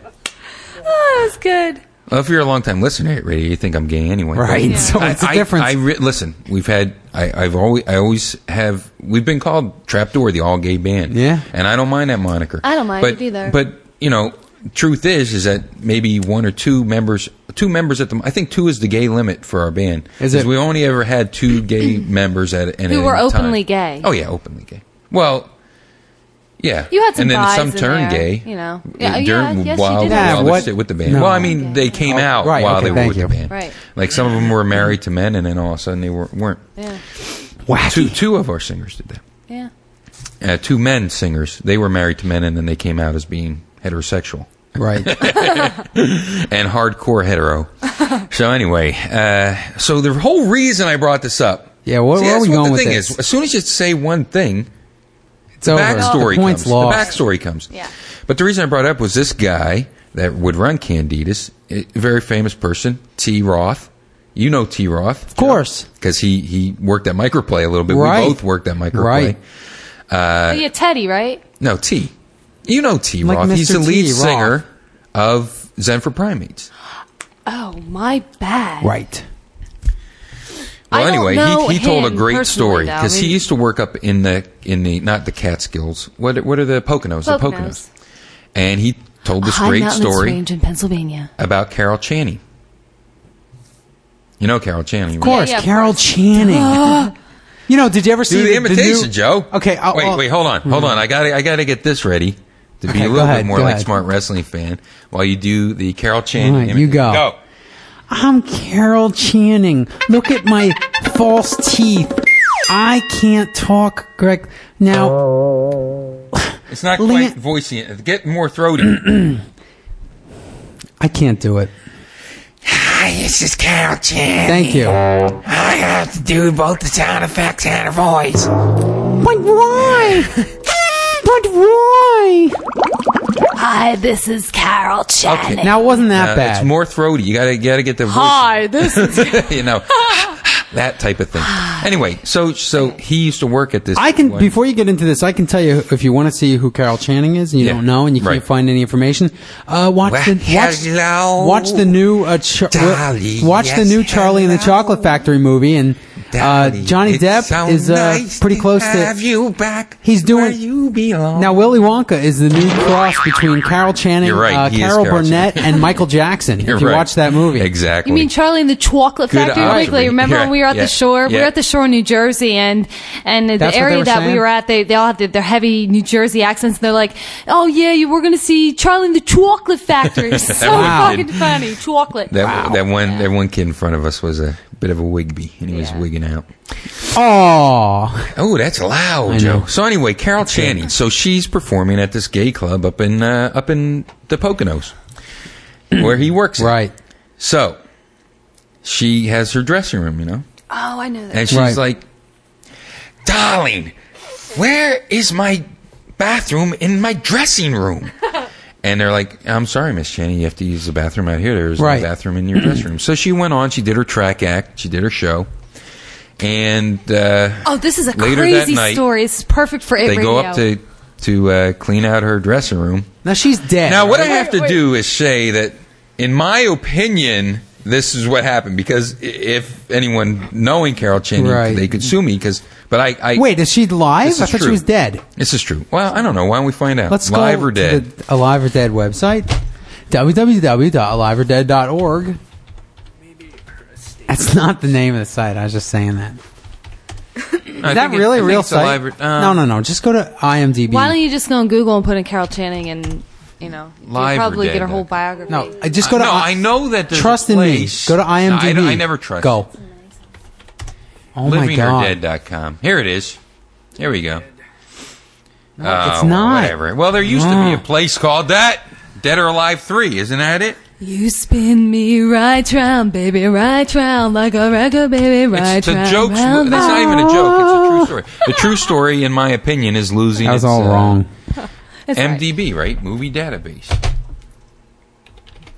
Speaker 5: Oh, that's good.
Speaker 3: Well, if you're a long time listener at radio, you think I'm gay anyway.
Speaker 4: Right, so
Speaker 3: I-
Speaker 4: it's a
Speaker 3: I-
Speaker 4: difference.
Speaker 3: I, re- listen. We've had. I, I've always. I always have. We've been called Trapdoor, the all gay band.
Speaker 4: Yeah.
Speaker 3: and I don't mind that moniker.
Speaker 5: I don't mind
Speaker 3: but,
Speaker 5: it either.
Speaker 3: But you know, truth is, is that maybe one or two members, two members at the. I think two is the gay limit for our band.
Speaker 4: Is
Speaker 3: 'Cause
Speaker 4: it-
Speaker 3: We only ever had two gay members at any
Speaker 5: Who were
Speaker 3: time.
Speaker 5: openly gay.
Speaker 3: Oh yeah, openly gay. Well. Yeah,
Speaker 5: You had some
Speaker 3: and then
Speaker 5: guys
Speaker 3: some
Speaker 5: in
Speaker 3: turned
Speaker 5: there,
Speaker 3: gay.
Speaker 5: you know.
Speaker 3: uh,
Speaker 5: Yeah, yeah,
Speaker 3: during-
Speaker 5: yes, you
Speaker 3: while,
Speaker 5: did
Speaker 4: have
Speaker 3: while
Speaker 4: some.
Speaker 3: they sit with the band.
Speaker 4: No.
Speaker 3: Well, I mean, they came
Speaker 4: Oh,
Speaker 3: out
Speaker 4: right,
Speaker 3: while
Speaker 4: okay,
Speaker 3: they were
Speaker 4: thank
Speaker 3: with the
Speaker 4: you.
Speaker 3: band.
Speaker 5: Right.
Speaker 3: Like some of them were married to men, and then all of a sudden they were, weren't.
Speaker 5: Yeah,
Speaker 4: Wacky.
Speaker 3: Two two of our singers did that.
Speaker 5: yeah.
Speaker 3: Uh, two men singers. They were married to men, and then they came out as being heterosexual
Speaker 4: Right.
Speaker 3: and hardcore hetero. so anyway, uh, so the whole reason I brought this up.
Speaker 4: Yeah, where-
Speaker 3: See,
Speaker 4: where are
Speaker 3: that's
Speaker 4: we
Speaker 3: what
Speaker 4: going
Speaker 3: the
Speaker 4: with
Speaker 3: thing
Speaker 4: this?
Speaker 3: Is, as soon as you say one thing,
Speaker 4: It's over.
Speaker 3: backstory
Speaker 4: the points
Speaker 3: comes.
Speaker 4: lost.
Speaker 3: The backstory comes.
Speaker 5: Yeah.
Speaker 3: But the reason I brought it up was this guy that would run Candidas, a very famous person, T. Roth. You know T. Roth,
Speaker 4: of course.
Speaker 3: because he he worked at Microplay a little bit.
Speaker 4: Right.
Speaker 3: We both worked at Microplay.
Speaker 4: Right.
Speaker 3: Uh,
Speaker 5: Oh, yeah, Teddy, right?
Speaker 3: No T. You know T.
Speaker 4: Like
Speaker 3: Roth. He's
Speaker 4: Mr.
Speaker 3: the lead
Speaker 4: T. Roth.
Speaker 3: singer of Zen for Primates.
Speaker 5: Oh, my bad.
Speaker 4: Right.
Speaker 5: I
Speaker 3: Well,
Speaker 5: don't
Speaker 3: anyway,
Speaker 5: know
Speaker 3: he, he told a
Speaker 5: him
Speaker 3: great
Speaker 5: personally,
Speaker 3: story
Speaker 5: though.
Speaker 3: because he
Speaker 5: Maybe-
Speaker 3: used to work up in the in the not the Catskills. What what are the Poconos? The
Speaker 5: Poconos.
Speaker 3: Poconos. And he told this
Speaker 5: High
Speaker 3: great
Speaker 5: Mountains
Speaker 3: story.
Speaker 5: Range in Pennsylvania.
Speaker 3: about Carol Channing. You know Carol Channing.
Speaker 4: Of course.
Speaker 5: yeah, of
Speaker 4: Carol
Speaker 5: course.
Speaker 4: Channing. you know, did you ever see
Speaker 3: Do the
Speaker 4: the new-
Speaker 3: imitation, Joe.
Speaker 4: Okay. uh, I'll,
Speaker 3: wait,
Speaker 4: I'll-
Speaker 3: wait, hold on, hold on. I got, to I got to get this ready. to be
Speaker 4: Okay,
Speaker 3: a
Speaker 4: go
Speaker 3: little bit
Speaker 4: ahead,
Speaker 3: more
Speaker 4: go
Speaker 3: like
Speaker 4: ahead.
Speaker 3: smart wrestling fan while you do the Carol Chan.
Speaker 4: All right,
Speaker 3: image-
Speaker 4: you go. I'm Carol Channing. Look at my false teeth. I can't talk, Greg. Now,
Speaker 3: It's not
Speaker 4: Lin-
Speaker 3: quite voicing it. Get more throaty.
Speaker 4: I can't do it.
Speaker 6: Hi, this is Carol Chan.
Speaker 4: Thank you.
Speaker 6: I have to do both the sound effects and a voice.
Speaker 4: But why? But why?
Speaker 5: Hi, this is Carol Channing.
Speaker 4: Now, it wasn't that
Speaker 3: Uh,
Speaker 4: bad.
Speaker 3: it's more throaty. You gotta gotta get the voice.
Speaker 5: Hi, this is.
Speaker 3: you know that type of thing. Anyway, so so he used to work at this.
Speaker 4: I uh, can
Speaker 3: one-
Speaker 4: before you get into this, I can tell you if you want to see who Carol Channing is, and you
Speaker 3: Yeah,
Speaker 4: don't know, and you can't
Speaker 3: right.
Speaker 4: find any information. Uh, watch
Speaker 6: Well,
Speaker 4: the
Speaker 6: hello,
Speaker 4: watch, watch the new uh, Char-
Speaker 6: Dolly,
Speaker 4: watch the
Speaker 6: yes,
Speaker 4: new Charlie and the
Speaker 6: hello.
Speaker 4: Chocolate Factory movie, and uh,
Speaker 6: Dolly,
Speaker 4: Johnny
Speaker 6: it's
Speaker 4: Depp
Speaker 6: so
Speaker 4: is uh,
Speaker 6: nice
Speaker 4: pretty
Speaker 6: to
Speaker 4: close
Speaker 6: have you back.
Speaker 4: He's doing-
Speaker 6: where you belong.
Speaker 4: now Willy Wonka is the new cross between Carol Channing,
Speaker 3: You're right,
Speaker 4: uh,
Speaker 3: he is
Speaker 4: Carol
Speaker 3: Carol
Speaker 4: Burnett, and Michael Jackson.
Speaker 3: You're
Speaker 4: if you
Speaker 3: right.
Speaker 4: watch that movie,
Speaker 3: exactly.
Speaker 5: You mean Charlie and the Chocolate
Speaker 3: Good
Speaker 5: Factory?
Speaker 3: eye,
Speaker 5: Wrigley,
Speaker 3: Reed.
Speaker 5: remember
Speaker 3: Yeah,
Speaker 5: when we were at
Speaker 3: yeah,
Speaker 5: the shore? We
Speaker 3: yeah.
Speaker 5: were at the shore in New Jersey, and and
Speaker 4: That's what
Speaker 5: the
Speaker 4: they
Speaker 5: area
Speaker 4: were
Speaker 5: that
Speaker 4: saying?
Speaker 5: we were at, they, they all had their, their heavy New Jersey accents. And they're like, "Oh yeah, you were going to see Charlie and the Chocolate Factory." It was so
Speaker 4: Wow.
Speaker 5: fucking funny, chocolate.
Speaker 3: that that one that one kid in front of us was a bit of a wigby, and he was wigging out.
Speaker 4: Aw.
Speaker 3: Oh, that's loud,
Speaker 4: know.
Speaker 3: Joe. So anyway, Carol Channing. So she's performing at this gay club up in uh, up in the Poconos, where he works. at.
Speaker 4: right.
Speaker 3: So she has her dressing room, you know,
Speaker 5: oh, I know that.
Speaker 3: and she's
Speaker 4: Right.
Speaker 3: like, "Darling, where is my bathroom in my dressing room?" And they're like, "I'm sorry, Miss Channing, you have to use the bathroom out here. There's
Speaker 4: Right.
Speaker 3: no bathroom in your dressing room." So she went on. She did her track act. She did her show, and. Uh,
Speaker 5: Oh, this is a
Speaker 3: Later that
Speaker 5: crazy
Speaker 3: night,
Speaker 5: story. It's perfect for it
Speaker 3: they
Speaker 5: radio.
Speaker 3: go up to to uh, clean out her dressing room.
Speaker 4: Now she's dead.
Speaker 3: Now, what I
Speaker 4: right?
Speaker 3: have to do is say that, in my opinion, this is what happened because i- if anyone knowing Carol Channing,
Speaker 4: Right.
Speaker 3: they could sue me because. But I, I
Speaker 4: Wait, is she live?
Speaker 3: This
Speaker 4: I
Speaker 3: is
Speaker 4: thought she
Speaker 3: true.
Speaker 4: was dead.
Speaker 3: This is true. Well, I don't know. Why don't we find out?
Speaker 4: Let's
Speaker 3: live
Speaker 4: go
Speaker 3: or dead.
Speaker 4: to the Alive or Dead website, www.aliveordead.org. That's not the name of the site. I was just saying that. Is
Speaker 3: I
Speaker 4: that
Speaker 3: think it-
Speaker 4: really
Speaker 3: I
Speaker 4: a
Speaker 3: think
Speaker 4: real
Speaker 3: it's
Speaker 4: site?
Speaker 3: Live or, uh,
Speaker 4: no, no, no. Just go to IMDb.
Speaker 5: Why don't you just go on Google and put in Carol Channing and you know you
Speaker 3: Live or
Speaker 5: probably
Speaker 3: dead,
Speaker 5: get her whole
Speaker 3: Doc?
Speaker 5: biography.
Speaker 4: no, I just go to.
Speaker 3: Uh, no,
Speaker 4: I
Speaker 3: I know that there's a
Speaker 4: Trust in me.
Speaker 3: place.
Speaker 4: Go to
Speaker 3: No, I
Speaker 4: IMDb.
Speaker 3: don't- I never trust.
Speaker 4: Go. Oh my god!
Speaker 3: livingordead.com. Here it is. Here we go. No,
Speaker 4: it's not.
Speaker 3: uh, Whatever. Well, there used to be
Speaker 4: No.
Speaker 3: a place called that. Dead or Alive 3, isn't that it?
Speaker 5: You spin me right round, baby, right round like a record, baby, right
Speaker 3: It's the
Speaker 5: round.
Speaker 3: jokes.
Speaker 5: round,
Speaker 3: That's not even a joke. It's a true story. The true story, in my opinion, is losing.
Speaker 4: That was
Speaker 3: its,
Speaker 4: all
Speaker 3: uh,
Speaker 4: wrong.
Speaker 5: That's right.
Speaker 3: MDB, right? Movie database.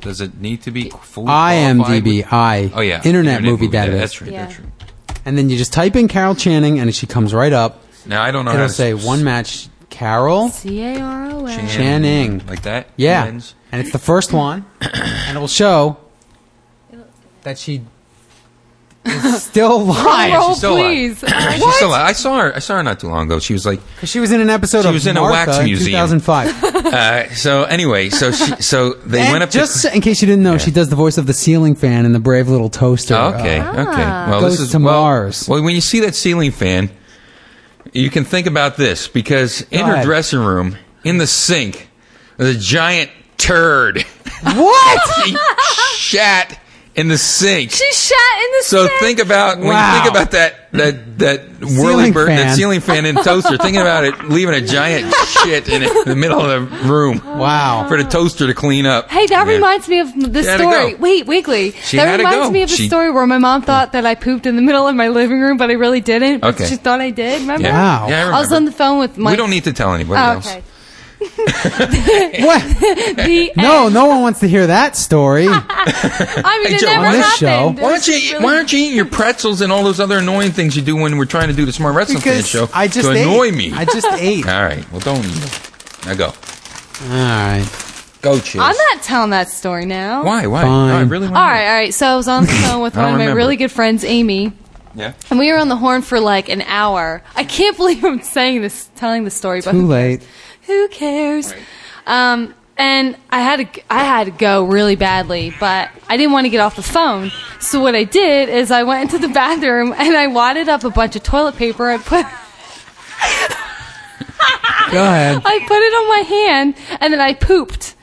Speaker 3: Does it need to be fully qualified
Speaker 4: IMDb.
Speaker 3: with-
Speaker 4: I.
Speaker 3: Oh yeah,
Speaker 4: Internet, movie,
Speaker 3: data-
Speaker 4: database.
Speaker 3: That's right. That's
Speaker 5: Yeah.
Speaker 3: true.
Speaker 4: And then you just type in Carol Channing, and she comes right up.
Speaker 3: Now I don't know. how
Speaker 4: It'll
Speaker 3: to
Speaker 4: say one match. Carol.
Speaker 5: C A R O N.
Speaker 3: Chan-
Speaker 4: Channing.
Speaker 3: like that.
Speaker 4: Yeah.
Speaker 3: Lens.
Speaker 4: And it's the first one. and it will show that she is still
Speaker 5: Roll,
Speaker 4: alive.
Speaker 3: still alive.
Speaker 5: please.
Speaker 3: She's still. alive. I saw her. I saw her not too long ago. She was like,
Speaker 4: 'Cause She was in an episode
Speaker 3: She
Speaker 4: of
Speaker 3: was in a
Speaker 4: Martha
Speaker 3: wax museum.
Speaker 4: 2005.
Speaker 3: uh, so anyway, so she, so they
Speaker 4: and
Speaker 3: went up.
Speaker 4: just
Speaker 3: to,
Speaker 4: in case you didn't know, she does the voice of the ceiling fan in the Brave Little Toaster.
Speaker 3: Oh, okay,
Speaker 4: uh,
Speaker 3: okay. Well,
Speaker 4: Goes
Speaker 3: this is
Speaker 4: to
Speaker 3: well,
Speaker 4: Mars.
Speaker 3: Well, when you see that ceiling fan, you can think about this because in her
Speaker 4: ahead.
Speaker 3: dressing room, in the sink, there's a giant turd.
Speaker 4: what?
Speaker 3: She shat in the sink.
Speaker 5: she shat in the
Speaker 3: so
Speaker 5: sink.
Speaker 3: think about when
Speaker 4: Wow.
Speaker 3: you think about that that that whirly
Speaker 4: Ceiling
Speaker 3: bird,
Speaker 4: fan.
Speaker 3: that ceiling fan and toaster. thinking about it, leaving a giant shit in, it, in the middle of the room.
Speaker 4: Wow.
Speaker 3: For the toaster to clean up.
Speaker 5: Hey, that
Speaker 3: Yeah.
Speaker 5: reminds me of the
Speaker 3: She had to
Speaker 5: story.
Speaker 3: go.
Speaker 5: Wait, Wiggly.
Speaker 3: She
Speaker 5: that
Speaker 3: had to
Speaker 5: reminds
Speaker 3: go.
Speaker 5: me of the
Speaker 3: She-
Speaker 5: story where my mom thought that I pooped in the middle of my living room, but I really didn't. but
Speaker 3: Okay.
Speaker 5: She thought I did. Remember?
Speaker 3: Yeah.
Speaker 4: Wow.
Speaker 3: Yeah, I,
Speaker 5: I, was
Speaker 3: remember.
Speaker 5: on the phone with my.
Speaker 3: We don't need to tell anybody
Speaker 5: Oh,
Speaker 3: else.
Speaker 5: okay.
Speaker 4: What?
Speaker 5: The
Speaker 4: No, no one wants to hear that story.
Speaker 5: I mean,
Speaker 3: Hey,
Speaker 5: it
Speaker 3: Joe,
Speaker 5: never
Speaker 4: on this show-
Speaker 5: happened.
Speaker 3: Why
Speaker 5: It's
Speaker 3: don't you
Speaker 5: really-
Speaker 3: Why aren't you eating your pretzels and all those other annoying things you do when we're trying to do the smart wrestling fan show
Speaker 4: I just
Speaker 3: to
Speaker 4: ate.
Speaker 3: annoy me?
Speaker 4: I just ate. All
Speaker 3: all right, well don't eat them. Now go,
Speaker 4: right.
Speaker 3: go, Chiz.
Speaker 5: I'm not telling that story now.
Speaker 3: Why? Why?
Speaker 4: Fine.
Speaker 3: No, I really want.
Speaker 5: All right, all right. So I was on the phone with
Speaker 3: I
Speaker 5: one
Speaker 3: don't
Speaker 5: of my
Speaker 3: remember
Speaker 5: really
Speaker 3: it.
Speaker 5: good friends, Amy,
Speaker 3: Yeah.
Speaker 5: and we were on the horn for like an hour. I can't believe I'm saying this, telling the story, but
Speaker 4: Too late.
Speaker 5: who cares? Um, and I had to, I had to go really badly, but I didn't want to get off the phone. So what I did is I went into the bathroom and I wadded up a bunch of toilet paper and put.
Speaker 4: Go ahead.
Speaker 5: I put it on my hand, and then I pooped.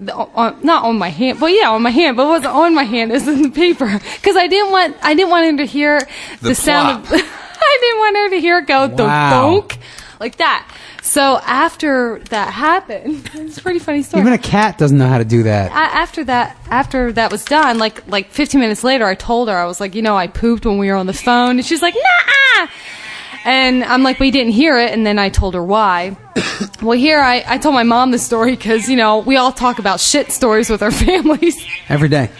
Speaker 5: The- on- not on my hand, but yeah, on my hand. But it wasn't on my hand. It was in the paper because I didn't want I didn't want him to hear the, sound. Of, I didn't want her to hear it go
Speaker 4: Wow.
Speaker 5: thunk donk like that. So after that happened, it's a pretty funny story.
Speaker 4: Even a cat doesn't know how to do that.
Speaker 5: I, after that, after that was done, like like 15 minutes later, I told her I was like, you know, I pooped when we were on the phone, and she's like, nah. And I'm like, well, you didn't hear it, and then I told her why. well, here I, I told my mom the story because you know we all talk about shit stories with our families,
Speaker 4: Every day.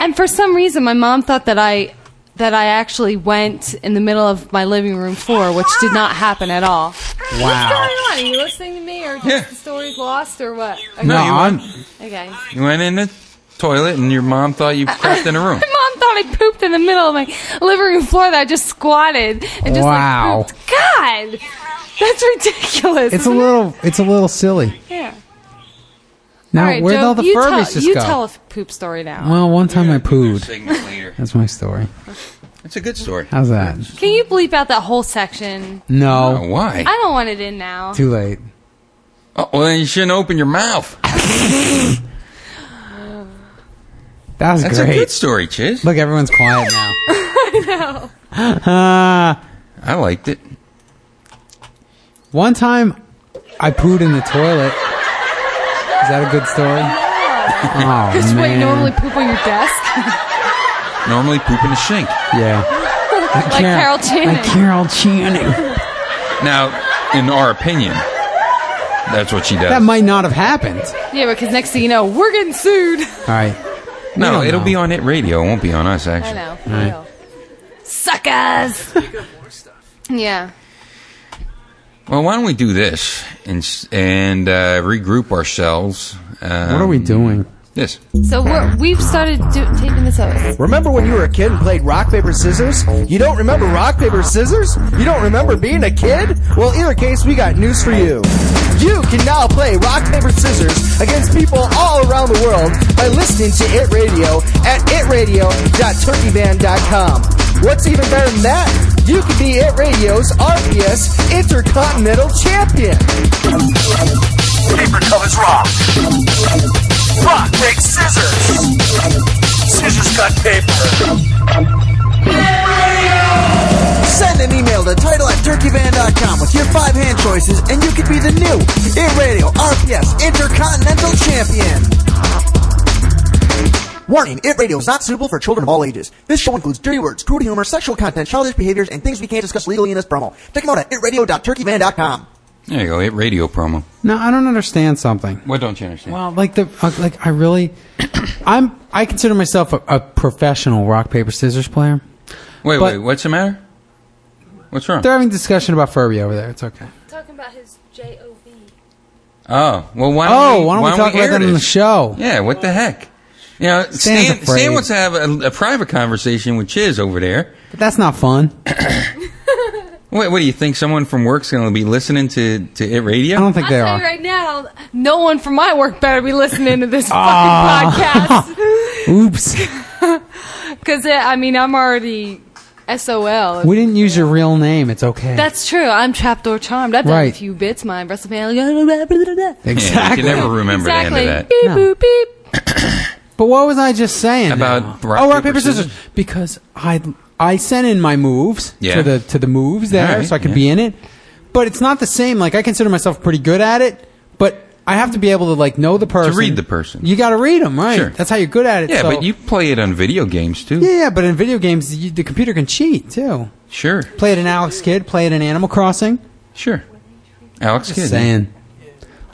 Speaker 5: and for some reason, my mom thought that I that I actually went in the middle of my living room floor, which did not happen at all. What's going
Speaker 4: Wow.
Speaker 5: on? Are you listening to me, or just
Speaker 3: Yeah.
Speaker 5: the story's lost, or what? Okay.
Speaker 4: No,
Speaker 3: you
Speaker 4: I'm,
Speaker 5: okay.
Speaker 3: You went in the toilet and your mom thought you crapped in a room.
Speaker 5: My mom thought I pooped in the middle of my living room floor that I just squatted and just
Speaker 4: Wow.
Speaker 5: like pooped. God, that's ridiculous.
Speaker 4: it's a
Speaker 5: isn't it?
Speaker 4: little. It's a little silly.
Speaker 5: Yeah.
Speaker 4: Now,
Speaker 5: all right,
Speaker 4: where'd
Speaker 5: Joe,
Speaker 4: all the
Speaker 5: you
Speaker 4: Furbies
Speaker 5: tell,
Speaker 4: just
Speaker 5: you
Speaker 4: go?
Speaker 5: tell a f- poop story now.
Speaker 4: well, one time I pooed.
Speaker 3: Segment later.
Speaker 4: That's my story.
Speaker 3: That's a good story.
Speaker 4: How's that?
Speaker 5: Can you bleep out that whole section?
Speaker 3: Oh,
Speaker 4: No.
Speaker 3: why?
Speaker 5: I don't want it in now.
Speaker 4: Too late.
Speaker 3: Oh, well, then you shouldn't open your mouth.
Speaker 4: That was
Speaker 3: That's a
Speaker 4: great.
Speaker 3: good story, Chiz.
Speaker 4: Look, everyone's quiet now. I know.
Speaker 3: I liked it.
Speaker 4: one time, I pooed in the toilet. Is that a good story? Oh
Speaker 5: Because
Speaker 4: man.
Speaker 5: what you normally poop on your desk,
Speaker 3: Normally poop in the sink.
Speaker 4: yeah.
Speaker 5: like Carol Channing.
Speaker 4: Like Carol Channing.
Speaker 3: Now, in our opinion, that's what she does.
Speaker 4: That might not have happened.
Speaker 5: yeah, because next thing you know, we're getting sued.
Speaker 4: All right. We
Speaker 3: no,
Speaker 4: don't
Speaker 3: it'll
Speaker 4: know.
Speaker 3: be on it radio. It won't be on us, actually.
Speaker 5: I know. for real. Suckers. yeah.
Speaker 3: Well, why don't we do this and s- and uh, regroup ourselves? Um,
Speaker 4: What are we doing?
Speaker 3: This.
Speaker 5: So we're, we've started do- taking this out.
Speaker 1: Remember when you were a kid and played rock, paper, scissors? You don't remember rock, paper, scissors? You don't remember being a kid? Well, either case, we got news for you. You can now play rock, paper, scissors against people all around the world by listening to It Radio at itradio.turkeyman.com. What's even better than that? You can be It Radio's RPS Intercontinental Champion.
Speaker 7: Paper covers rock. Rock takes scissors. Scissors cut paper.
Speaker 8: Send an email to title at turkeyvan.com with your five hand choices, and you could be the new It Radio RPS Intercontinental Champion. Warning, It Radio is not suitable for children of all ages. This show includes dirty words, crude humor, sexual content, childish behaviors, and things we can't discuss legally in this promo. Check them out at itradio.turkeyvan.com.
Speaker 3: There you go. It radio promo.
Speaker 4: No, I don't understand something.
Speaker 3: What don't you understand?
Speaker 4: Well, like the uh, like, I really, I'm I consider myself a, a professional rock paper scissors player.
Speaker 3: wait,
Speaker 4: but-
Speaker 3: wait. What's the matter? What's wrong?
Speaker 4: They're having a discussion about Furby over there. It's okay.
Speaker 9: Talking about his J O V.
Speaker 3: Oh, well, why don't
Speaker 4: Oh,
Speaker 3: we,
Speaker 4: why don't we talk about
Speaker 3: air
Speaker 4: that on the
Speaker 3: this?
Speaker 4: show?
Speaker 3: Yeah, what the heck? You know, Stan,
Speaker 4: afraid.
Speaker 3: Stan wants to have a, a private conversation with Chiz over there.
Speaker 4: But that's not fun.
Speaker 3: Wait, what do you think? Someone from work's going to be listening to, to it radio?
Speaker 4: I don't think
Speaker 5: I'll
Speaker 4: they
Speaker 5: tell
Speaker 4: are.
Speaker 5: you right now, no one from my work better be listening to this
Speaker 3: Ah.
Speaker 5: fucking podcast.
Speaker 4: Oops,
Speaker 5: Because, I mean, I'm already SOL.
Speaker 4: we didn't use your real name. It's okay.
Speaker 5: That's true. I'm trapdoor charmed. I've done a
Speaker 4: Right.
Speaker 5: few bits. Mine, WrestleMania.
Speaker 3: Yeah, you
Speaker 4: exactly.
Speaker 3: can never remember
Speaker 5: Exactly.
Speaker 3: the end of that.
Speaker 5: Beep,
Speaker 4: No.
Speaker 5: boop, beep.
Speaker 4: but what was I just saying
Speaker 3: About
Speaker 4: now?
Speaker 3: rock,
Speaker 4: oh, rock
Speaker 3: paper,
Speaker 4: paper scissors? Because I I sent in my moves
Speaker 3: Yeah.
Speaker 4: to the to the moves there,
Speaker 3: Alright,
Speaker 4: so I could
Speaker 3: yeah.
Speaker 4: be in it. But it's not the same. Like I consider myself pretty good at it, but. I have to be able to like know the person.
Speaker 3: read the person.
Speaker 4: You got to read them, right?
Speaker 3: Sure.
Speaker 4: That's how you're good at it.
Speaker 3: Yeah,
Speaker 4: so-
Speaker 3: but you play it on video games too.
Speaker 4: Yeah, yeah, but in video games, you, the computer can cheat too.
Speaker 3: Sure,
Speaker 4: Play it in Alex Kidd. Play it in Animal Crossing.
Speaker 3: sure. Alex
Speaker 4: Just
Speaker 3: Kidd.
Speaker 4: saying.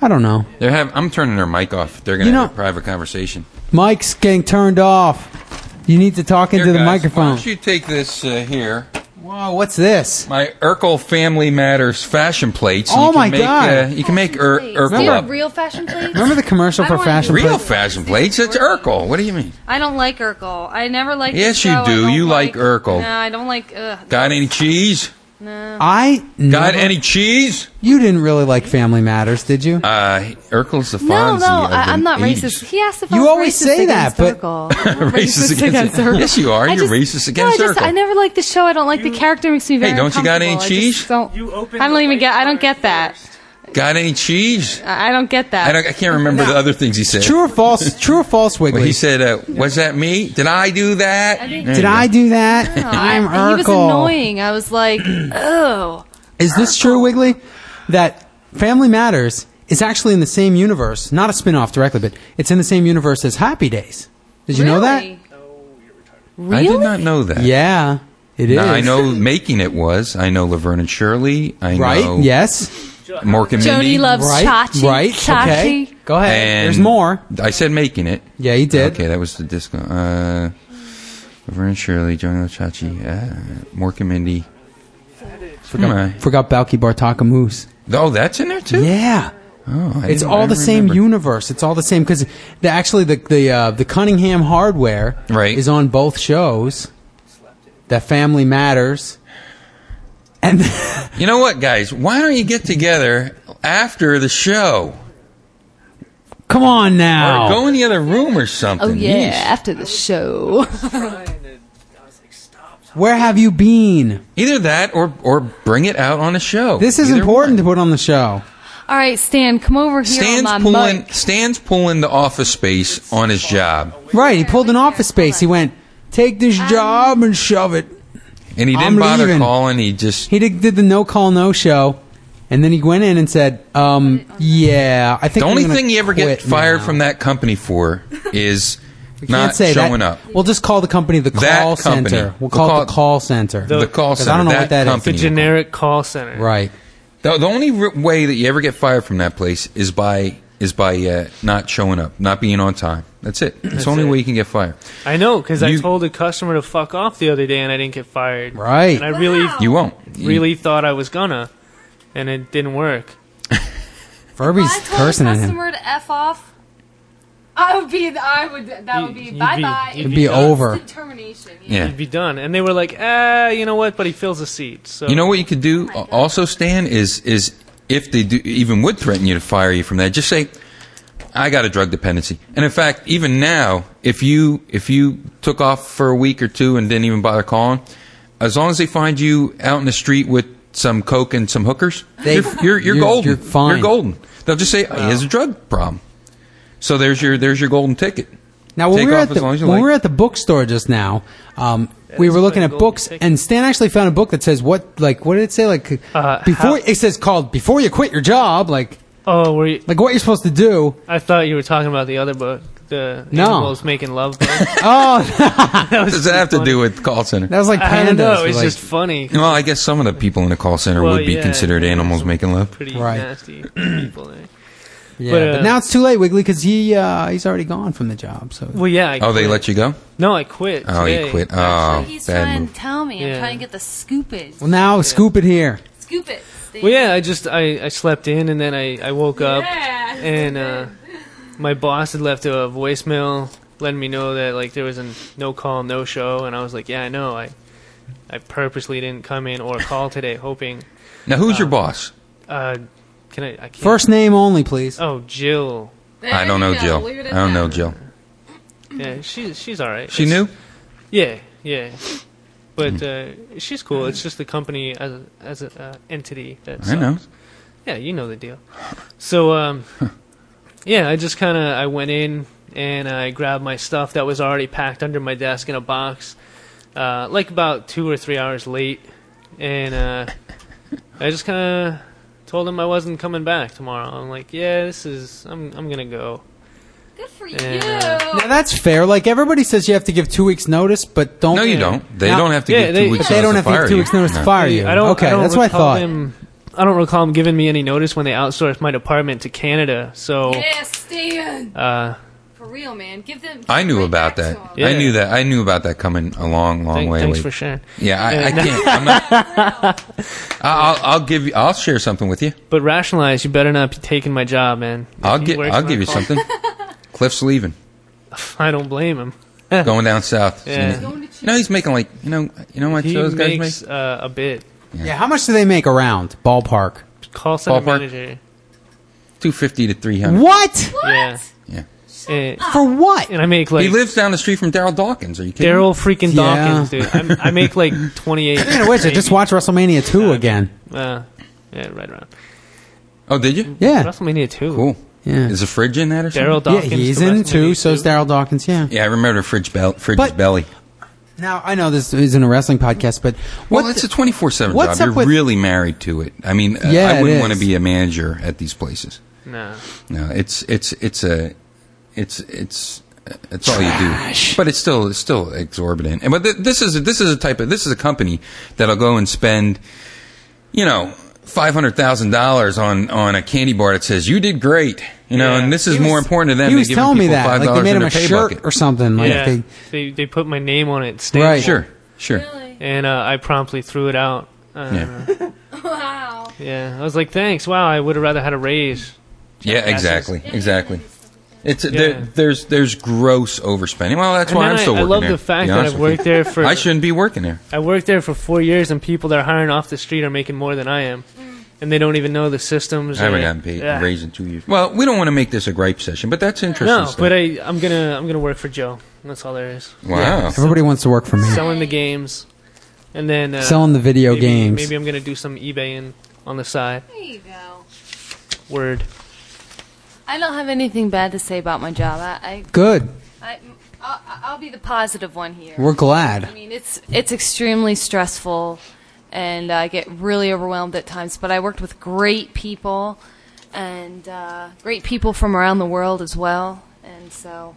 Speaker 4: I don't know.
Speaker 3: They're have, I'm turning their mic off. They're going to
Speaker 4: You
Speaker 3: have
Speaker 4: know-
Speaker 3: a private conversation.
Speaker 4: Mike's getting turned off. You need to talk into
Speaker 3: Here,
Speaker 4: the
Speaker 3: guys, Why
Speaker 4: microphone.
Speaker 3: don't you take this uh, here?
Speaker 4: Whoa, what's this?
Speaker 3: My Urkel Family Matters fashion plates. and
Speaker 4: Oh
Speaker 3: you can
Speaker 4: my
Speaker 3: make,
Speaker 4: God.
Speaker 3: Uh, you can make Ur-
Speaker 5: Please. Do
Speaker 3: Urkel
Speaker 5: you
Speaker 3: up.
Speaker 5: have real fashion plates?
Speaker 4: Remember the commercial
Speaker 5: I
Speaker 4: for
Speaker 5: want
Speaker 4: fashion?
Speaker 5: real
Speaker 3: Real
Speaker 4: plates?
Speaker 3: fashion plates. It's Urkel. What do you mean?
Speaker 5: I don't like Urkel. I never liked
Speaker 3: Yes,
Speaker 5: this
Speaker 3: you
Speaker 5: show. I
Speaker 3: do.
Speaker 5: don't
Speaker 3: You like Urkel.
Speaker 5: No, I don't like. Ugh.
Speaker 3: Got any cheese?
Speaker 4: I
Speaker 3: Got
Speaker 4: never-
Speaker 3: any cheese?
Speaker 4: You didn't really like Family Matters, did you?
Speaker 3: Uh, Urkel's the Fonzie.
Speaker 5: No, no,
Speaker 3: of
Speaker 5: I,
Speaker 3: the
Speaker 5: I'm not
Speaker 3: 80s.
Speaker 5: racist. He asked if I
Speaker 4: You
Speaker 5: was
Speaker 4: always
Speaker 5: racist
Speaker 4: say
Speaker 5: against
Speaker 4: that, but-
Speaker 5: Urkel.
Speaker 3: Racist against Urkel. Yes, you are.
Speaker 5: I
Speaker 3: You're racist against
Speaker 5: no, I just,
Speaker 3: Urkel.
Speaker 5: I never liked the show. I don't like the character. It makes me very.
Speaker 3: don't you got any
Speaker 5: uncomfortable. I
Speaker 3: cheese?
Speaker 5: just don't. I don't even get. I don't get that.
Speaker 3: Got any cheese?
Speaker 5: I I don't get that.
Speaker 3: I, don't, I can't remember the other things he said.
Speaker 4: True or false? True or false, Wiggly?
Speaker 3: Well, he said, uh, "Was that me? Did I do that?
Speaker 5: I think-
Speaker 3: There
Speaker 4: Did
Speaker 3: you
Speaker 4: I
Speaker 3: go.
Speaker 4: do that?
Speaker 5: No, I-
Speaker 4: I'm Urkel.
Speaker 5: He was annoying. I was like, oh.
Speaker 4: Is this true, Wiggly? That Family Matters is actually in the same universe, not a spin off directly, but it's in the same universe as Happy Days. Did you know that?
Speaker 3: I
Speaker 5: Oh, Really?
Speaker 3: did not know that.
Speaker 4: Yeah, it is.
Speaker 3: Now, I know making it was. I know Laverne and Shirley. I
Speaker 4: Right?
Speaker 3: know
Speaker 4: Yes.
Speaker 3: Mork and Mindy.
Speaker 5: Jody loves
Speaker 4: Right.
Speaker 5: Chachi.
Speaker 4: Right.
Speaker 5: Chachi.
Speaker 4: Okay. Go ahead.
Speaker 3: And
Speaker 4: There's more.
Speaker 3: I said making it.
Speaker 4: Yeah, you did.
Speaker 3: Okay, that was the disco. Uh, Laverne and Shirley, Johnny Lachachi, uh, Mork and Mindy. Come on.
Speaker 4: Forgot Balky Bartaka Moose.
Speaker 3: Oh, that's in there too.
Speaker 4: Yeah.
Speaker 3: Oh, I
Speaker 4: It's
Speaker 3: didn't-
Speaker 4: all
Speaker 3: I
Speaker 4: the same
Speaker 3: remember.
Speaker 4: universe. It's all the same because the, actually the the uh, the Cunningham hardware
Speaker 3: Right.
Speaker 4: is on both shows. That Family Matters, and
Speaker 3: You know what, guys? Why don't you get together after the show?
Speaker 4: come on now,
Speaker 3: Or go in the other room or something.
Speaker 5: Oh, yeah.
Speaker 3: Yeesh.
Speaker 5: After the show.
Speaker 4: where have you been?
Speaker 3: Either that or or bring it out on a show.
Speaker 4: This is
Speaker 3: Either
Speaker 4: important
Speaker 3: one.
Speaker 4: to put on the show.
Speaker 5: All right, Stan, come over here
Speaker 3: Stan's
Speaker 5: on my
Speaker 3: pulling
Speaker 5: mic.
Speaker 3: Stan's pulling the office space on his job,
Speaker 4: Right, he pulled an office space. He went, take this
Speaker 5: Um,
Speaker 4: job and shove it.
Speaker 3: and he didn't
Speaker 4: I'm
Speaker 3: bother
Speaker 4: leaving.
Speaker 3: calling. He just
Speaker 4: He did, did the no call no show, and then he went in and said, um, "Yeah, I think
Speaker 3: the
Speaker 4: I'm
Speaker 3: only
Speaker 4: gonna
Speaker 3: thing you ever get
Speaker 4: quit
Speaker 3: fired
Speaker 4: now."
Speaker 3: from that company for is not
Speaker 4: Can't say
Speaker 3: showing
Speaker 4: that.
Speaker 3: up.
Speaker 4: We'll just call the company the
Speaker 3: That
Speaker 4: call
Speaker 3: company.
Speaker 4: center.
Speaker 3: We'll
Speaker 4: We'll call,
Speaker 3: call
Speaker 4: it
Speaker 3: it
Speaker 4: the call center.
Speaker 3: The call
Speaker 4: 'Cause
Speaker 3: center.
Speaker 4: I don't know what that is.
Speaker 3: company.
Speaker 10: The generic call center.
Speaker 4: Right.
Speaker 3: The, the only r- way that you ever get fired from that place is by is by uh, not showing up, not being on time. That's it. That's, the only
Speaker 10: it.
Speaker 3: way you can get fired.
Speaker 10: I know because I
Speaker 3: You-
Speaker 10: told a customer to fuck off the other day and I didn't get fired.
Speaker 4: Right.
Speaker 10: And I really,
Speaker 3: You won't. You-
Speaker 10: really thought I was gonna, and it didn't work.
Speaker 4: Furby's
Speaker 5: I told
Speaker 4: cursing
Speaker 5: a
Speaker 4: at him.
Speaker 5: customer to f off. I would be. I would. That would
Speaker 10: You'd
Speaker 5: be.
Speaker 10: be-
Speaker 5: Bye bye.
Speaker 10: you'd
Speaker 4: It'd be over.
Speaker 5: Determination.
Speaker 3: Yeah.
Speaker 10: You'd be done. And they were like, ah, you know what? But he fills a seat. So
Speaker 3: You know what you could do uh, also, Stan, is is if they do, even would threaten you to fire you from that, just say, "I got a drug dependency." And in fact, even now, if you if you took off for a week or two and didn't even bother calling, as long as they find you out in the street with some coke and some hookers,
Speaker 4: They-
Speaker 3: you're, you're, you're
Speaker 4: you're-
Speaker 3: golden.
Speaker 4: you're fine.
Speaker 3: golden. They'll just say, "He has a drug problem." So there's your there's your golden ticket.
Speaker 4: Now, when
Speaker 3: Take
Speaker 4: we were
Speaker 3: off
Speaker 4: at
Speaker 3: as
Speaker 4: the
Speaker 3: long as you
Speaker 4: when we
Speaker 3: like.
Speaker 4: were at the bookstore just now, um, we
Speaker 10: is
Speaker 4: were looking
Speaker 10: my
Speaker 4: at
Speaker 10: golden
Speaker 4: books,
Speaker 10: ticket.
Speaker 4: and Stan actually found a book that says what like what did it say like
Speaker 10: Uh,
Speaker 4: before
Speaker 10: how-
Speaker 4: it says called before you quit your job like
Speaker 10: oh, were you,
Speaker 4: like what you're supposed to do.
Speaker 10: I thought you were talking about the other book, the
Speaker 4: No.
Speaker 10: animals making love book.
Speaker 4: Oh,
Speaker 3: What does that have to do with call center?
Speaker 4: that was like
Speaker 10: I don't
Speaker 4: pandas.
Speaker 10: know. It's
Speaker 4: like-
Speaker 10: just funny.
Speaker 3: Well, I guess some of the people in the call center
Speaker 10: Well,
Speaker 3: would be
Speaker 10: yeah,
Speaker 3: considered
Speaker 10: yeah,
Speaker 3: animals
Speaker 10: some
Speaker 3: making love.
Speaker 10: Pretty
Speaker 4: Right.
Speaker 10: nasty people. There.
Speaker 4: yeah,
Speaker 10: but, uh,
Speaker 4: but now it's too late, Wiggly, because he uh, he's already gone from the job. So
Speaker 10: Well, yeah. I
Speaker 3: Oh, they
Speaker 10: quit.
Speaker 3: let you go?
Speaker 10: No, I quit.
Speaker 3: Oh, you
Speaker 10: today,
Speaker 3: quit. Oh,
Speaker 10: actually.
Speaker 5: He's
Speaker 3: bad
Speaker 5: trying
Speaker 3: move.
Speaker 5: to tell me. I'm
Speaker 10: Yeah.
Speaker 5: trying to get the scoop it.
Speaker 4: well, now scoop it here.
Speaker 5: Scoop it. Stan.
Speaker 10: Well, yeah, I just I, I slept in and then I, I woke up
Speaker 5: Yeah.
Speaker 10: and uh, my boss had left a voicemail letting me know that like there was a no call, no show, and I was like, yeah, I know, I I purposely didn't come in or call today, hoping.
Speaker 3: Now, who's your boss?
Speaker 10: Uh, can I? I can't.
Speaker 4: First name only, please.
Speaker 10: Oh, Jill.
Speaker 5: There
Speaker 3: I don't
Speaker 5: you
Speaker 3: know,
Speaker 5: go.
Speaker 3: Jill.
Speaker 5: Leave it
Speaker 3: I
Speaker 5: at
Speaker 3: don't know,
Speaker 5: that.
Speaker 3: Jill.
Speaker 10: Yeah, she's she's all right.
Speaker 3: She
Speaker 10: It's-
Speaker 3: knew?
Speaker 10: Yeah, yeah.
Speaker 3: Hmm.
Speaker 10: But uh, she's cool. It's just the company as a, as an uh, entity. That
Speaker 3: I know.
Speaker 10: sucks. Yeah, you know the deal. So, um, yeah, I just kind of I went in and I grabbed my stuff that was already packed under my desk in a box, uh, like about two or three hours late, and uh, I just kind of told him I wasn't coming back tomorrow. I'm like, yeah, this is I'm I'm gonna go.
Speaker 5: Good for you.
Speaker 10: Yeah.
Speaker 4: Now that's fair. Like everybody says, you have to give two weeks notice, but don't.
Speaker 3: No, you don't. They
Speaker 4: Now-
Speaker 3: don't have to
Speaker 10: Yeah,
Speaker 3: give
Speaker 10: they-
Speaker 3: two weeks
Speaker 4: But they
Speaker 3: notice
Speaker 4: don't
Speaker 3: to
Speaker 4: have to give
Speaker 3: fire
Speaker 4: two
Speaker 3: you.
Speaker 4: weeks notice
Speaker 3: No.
Speaker 4: to fire you.
Speaker 10: I don't,
Speaker 4: okay,
Speaker 10: I don't
Speaker 4: that's what I
Speaker 10: recall
Speaker 4: thought.
Speaker 10: Them, I don't recall them giving me any notice when they outsourced my department to Canada. So,
Speaker 5: Yeah, Stan.
Speaker 10: uh,
Speaker 5: For real, man. Give them.
Speaker 3: I knew
Speaker 5: right
Speaker 3: about that.
Speaker 5: back to 'em.
Speaker 10: Yeah.
Speaker 3: I knew that. I knew about that coming a long, long
Speaker 10: thank-
Speaker 3: way.
Speaker 10: thanks
Speaker 3: away.
Speaker 10: for sharing.
Speaker 3: yeah, I, I can't. I'm not, I- I'll, I'll give you. I'll share something with you.
Speaker 10: But rationalize. You better not be taking my job, man. If
Speaker 3: I'll
Speaker 10: he
Speaker 3: get.
Speaker 10: works
Speaker 3: I'll
Speaker 10: on
Speaker 3: give you
Speaker 10: call-
Speaker 3: something. Cliff's leaving.
Speaker 10: I don't blame him.
Speaker 3: Going down south.
Speaker 10: Yeah.
Speaker 3: You know, you know, he's making like you know. You know what
Speaker 10: He
Speaker 3: those guys
Speaker 10: makes
Speaker 3: make?
Speaker 10: uh, a bit.
Speaker 4: Yeah, how much do they make around ballpark?
Speaker 10: Call center
Speaker 3: Ballpark.
Speaker 10: manager.
Speaker 3: Two fifty to three hundred.
Speaker 4: What
Speaker 10: Yeah.
Speaker 3: Yeah.
Speaker 10: And,
Speaker 4: for what?
Speaker 10: and I make like
Speaker 3: he lives down the street from Daryl Dawkins. Are you kidding? me?
Speaker 10: Daryl freaking
Speaker 4: Yeah.
Speaker 10: Dawkins, dude. I'm, I make like twenty eight.
Speaker 4: Speaking of which, I just watched WrestleMania two again.
Speaker 10: Uh, yeah, right around.
Speaker 3: Oh, did you?
Speaker 4: Yeah.
Speaker 10: WrestleMania 2.
Speaker 3: Cool.
Speaker 4: Yeah.
Speaker 3: Is the fridge in that or something?
Speaker 10: Daryl Dawkins.
Speaker 4: yeah, he's
Speaker 10: to
Speaker 4: in
Speaker 10: WrestleMania
Speaker 4: too. So is Daryl Dawkins. Yeah.
Speaker 3: Yeah, I remember fridge bell, fridge's
Speaker 4: But-
Speaker 3: belly.
Speaker 4: Now I know this isn't a wrestling podcast, but what
Speaker 3: Well, it's a twenty four seven
Speaker 4: what's
Speaker 3: job.
Speaker 4: up
Speaker 3: You're
Speaker 4: with-
Speaker 3: really married to it. I mean, uh,
Speaker 4: Yeah,
Speaker 3: I
Speaker 4: it
Speaker 3: wouldn't want to
Speaker 4: is.
Speaker 3: be a manager at these places.
Speaker 10: Nah.
Speaker 3: No, it's it's it's a it's it's it's all you do. But it's still it's still exorbitant. And but th- this is this is a type of this is a company that'll go and spend, you know, five hundred thousand dollars on on a candy bar that says you did great. You know,
Speaker 10: Yeah.
Speaker 3: and this is
Speaker 4: He
Speaker 3: more
Speaker 4: was-
Speaker 3: important to them.
Speaker 4: He
Speaker 3: than
Speaker 4: was
Speaker 3: giving
Speaker 4: telling me
Speaker 3: people
Speaker 4: that,
Speaker 3: $5
Speaker 4: like they made
Speaker 3: in
Speaker 4: him a
Speaker 3: pay
Speaker 4: shirt
Speaker 3: bucket.
Speaker 4: or something. Like
Speaker 10: yeah.
Speaker 4: they,
Speaker 10: They, they put my name on it. Staple,
Speaker 4: Right.
Speaker 3: Sure, sure.
Speaker 10: And uh, I promptly threw it out. Uh, yeah.
Speaker 3: Yeah,
Speaker 9: Wow.
Speaker 10: I was like, thanks. Wow, I would have rather had a raise.
Speaker 3: yeah, exactly, exactly. It's
Speaker 10: Yeah.
Speaker 3: there, there's there's gross overspending. Well, that's
Speaker 10: And
Speaker 3: why
Speaker 10: then
Speaker 3: I'm
Speaker 10: I-
Speaker 3: still
Speaker 10: I
Speaker 3: working
Speaker 10: love
Speaker 3: there,
Speaker 10: the fact
Speaker 3: to be
Speaker 10: that
Speaker 3: honest
Speaker 10: I've
Speaker 3: with you.
Speaker 10: worked there for-
Speaker 3: I shouldn't be working there.
Speaker 10: I worked there for four years, and people that are hiring off the street are making more than I am. And they don't even know the systems.
Speaker 3: I haven't gotten
Speaker 10: and-
Speaker 3: paid
Speaker 10: Yeah.
Speaker 3: raised in two years. Well, we don't want to make this a gripe session, but that's interesting.
Speaker 10: No,
Speaker 3: stuff.
Speaker 10: but I, I'm gonna I'm gonna work for Joe. That's all there is.
Speaker 3: wow,
Speaker 4: everybody wants to work for me.
Speaker 10: Selling the games, and then uh,
Speaker 4: Selling the video
Speaker 10: maybe-
Speaker 4: games.
Speaker 10: Maybe I'm gonna do some eBaying on the side.
Speaker 5: There you go.
Speaker 10: Word.
Speaker 5: I don't have anything bad to say about my job. I,
Speaker 4: Good.
Speaker 5: I, I I'll be the positive one here.
Speaker 4: We're glad.
Speaker 5: I mean, it's it's extremely stressful, and I get really overwhelmed at times. But I worked with great people, and uh, great people from around the world as well. And so,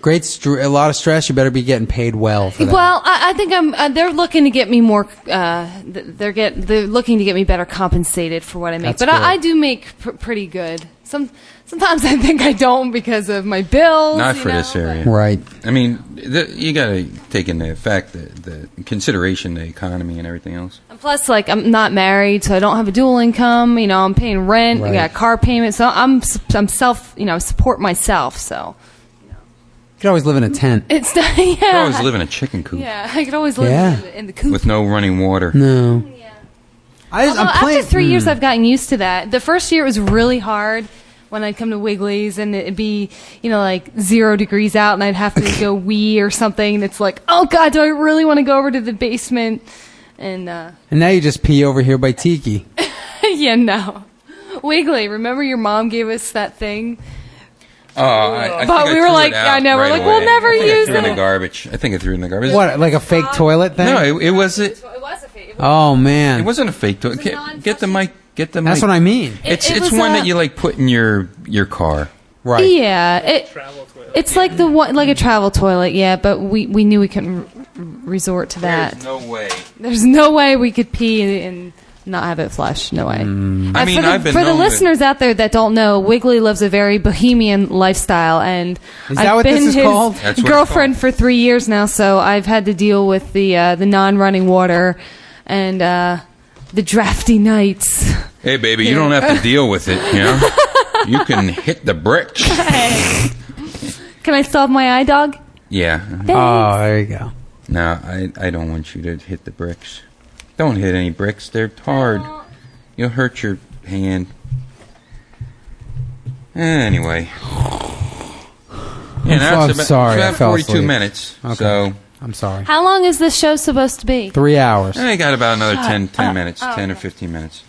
Speaker 4: Great, str- a lot of stress. You better be getting paid well. For that.
Speaker 5: well, I, I think I'm. Uh, they're looking to get me more. Uh, th- they're get they're looking to get me better compensated for what I make.
Speaker 4: That's
Speaker 5: but
Speaker 4: good.
Speaker 5: I, I do make pr- pretty good. Some sometimes I think I don't because of my bills.
Speaker 3: not
Speaker 5: you
Speaker 3: for
Speaker 5: know,
Speaker 3: this
Speaker 5: but-
Speaker 3: area.
Speaker 4: right.
Speaker 3: I mean, th- you got to take into fact the, the consideration, the economy, and everything else.
Speaker 5: And Plus, like I'm not married, so I don't have a dual income. You know, I'm paying rent.
Speaker 4: Right.
Speaker 5: We got car payment, so I'm s- I'm self. You know, support myself. So
Speaker 4: You could always live in a tent.
Speaker 5: it's yeah.
Speaker 3: You always live in a chicken coop
Speaker 5: yeah, I could always live
Speaker 4: Yeah.
Speaker 5: in, the, in the coop.
Speaker 3: with no running water.
Speaker 4: No. I just,
Speaker 5: Although
Speaker 4: I'm playing. Mm.
Speaker 5: after three years, I've gotten used to that. The first year it was really hard when I'd come to Wiggly's and it'd be you know like zero degrees out, and I'd have to go wee or something. And it's like, oh god, do I really want to go over to the basement? And uh,
Speaker 4: and now you just pee over here by Tiki.
Speaker 5: yeah, no. Wiggly, remember your mom gave us that thing
Speaker 3: Oh, I, I think
Speaker 5: But
Speaker 3: I
Speaker 5: we were
Speaker 3: threw
Speaker 5: like-
Speaker 3: it out
Speaker 5: I know, we're
Speaker 3: right
Speaker 5: like, we'll
Speaker 3: away.
Speaker 5: never
Speaker 3: I think I
Speaker 5: use
Speaker 3: threw it in
Speaker 5: it.
Speaker 3: the garbage. I think I threw it in the garbage.
Speaker 4: What, like a fake toilet thing?
Speaker 3: No, it, it wasn't.
Speaker 5: It was a fake. It was,
Speaker 4: oh man,
Speaker 3: It wasn't a fake toilet.
Speaker 5: a
Speaker 3: Get, get the mic. Get the mic.
Speaker 4: that's what I mean.
Speaker 5: It-
Speaker 3: It's
Speaker 5: it
Speaker 3: it's
Speaker 5: was
Speaker 3: one
Speaker 5: a-
Speaker 3: that you like put in your your car.
Speaker 5: Oh.
Speaker 4: Right.
Speaker 5: Yeah, it, it's like the one, like a travel toilet. Yeah, but we, we knew we couldn't r- r- resort to that.
Speaker 3: There's no way.
Speaker 5: There's no way we could pee and not have it flush. No way.
Speaker 4: Mm.
Speaker 3: I
Speaker 5: Uh,
Speaker 3: mean,
Speaker 5: for the,
Speaker 3: I've been
Speaker 5: for the
Speaker 3: known to-
Speaker 5: listeners out there that don't know, Wiggly lives a very bohemian lifestyle, and
Speaker 4: Is that
Speaker 5: I've
Speaker 4: what
Speaker 5: been
Speaker 4: this is
Speaker 5: his
Speaker 4: called?
Speaker 3: That's what it's
Speaker 5: girlfriend
Speaker 3: called.
Speaker 5: for three years now, so I've had to deal with the uh, the non-running water and uh, the drafty nights.
Speaker 3: Hey, baby, you don't have to deal with it. You know, you can hit the bricks.
Speaker 5: Can I still have my eye dog?
Speaker 3: Yeah.
Speaker 4: Oh, there you go.
Speaker 3: No, I I don't want you to hit the bricks. Don't hit any bricks. They're hard. You'll hurt your hand. Anyway. Yeah,
Speaker 4: I'm
Speaker 3: now
Speaker 4: so-
Speaker 3: it's
Speaker 4: I'm sorry,
Speaker 3: It's
Speaker 4: I
Speaker 3: about
Speaker 4: fell
Speaker 3: 42
Speaker 4: asleep.
Speaker 3: minutes.
Speaker 4: Okay.
Speaker 3: So
Speaker 4: I'm sorry.
Speaker 5: How long is this show supposed to be?
Speaker 4: Three hours.
Speaker 3: I got about another ten, ten 10, minutes,
Speaker 5: Oh,
Speaker 3: 10 or 15 minutes.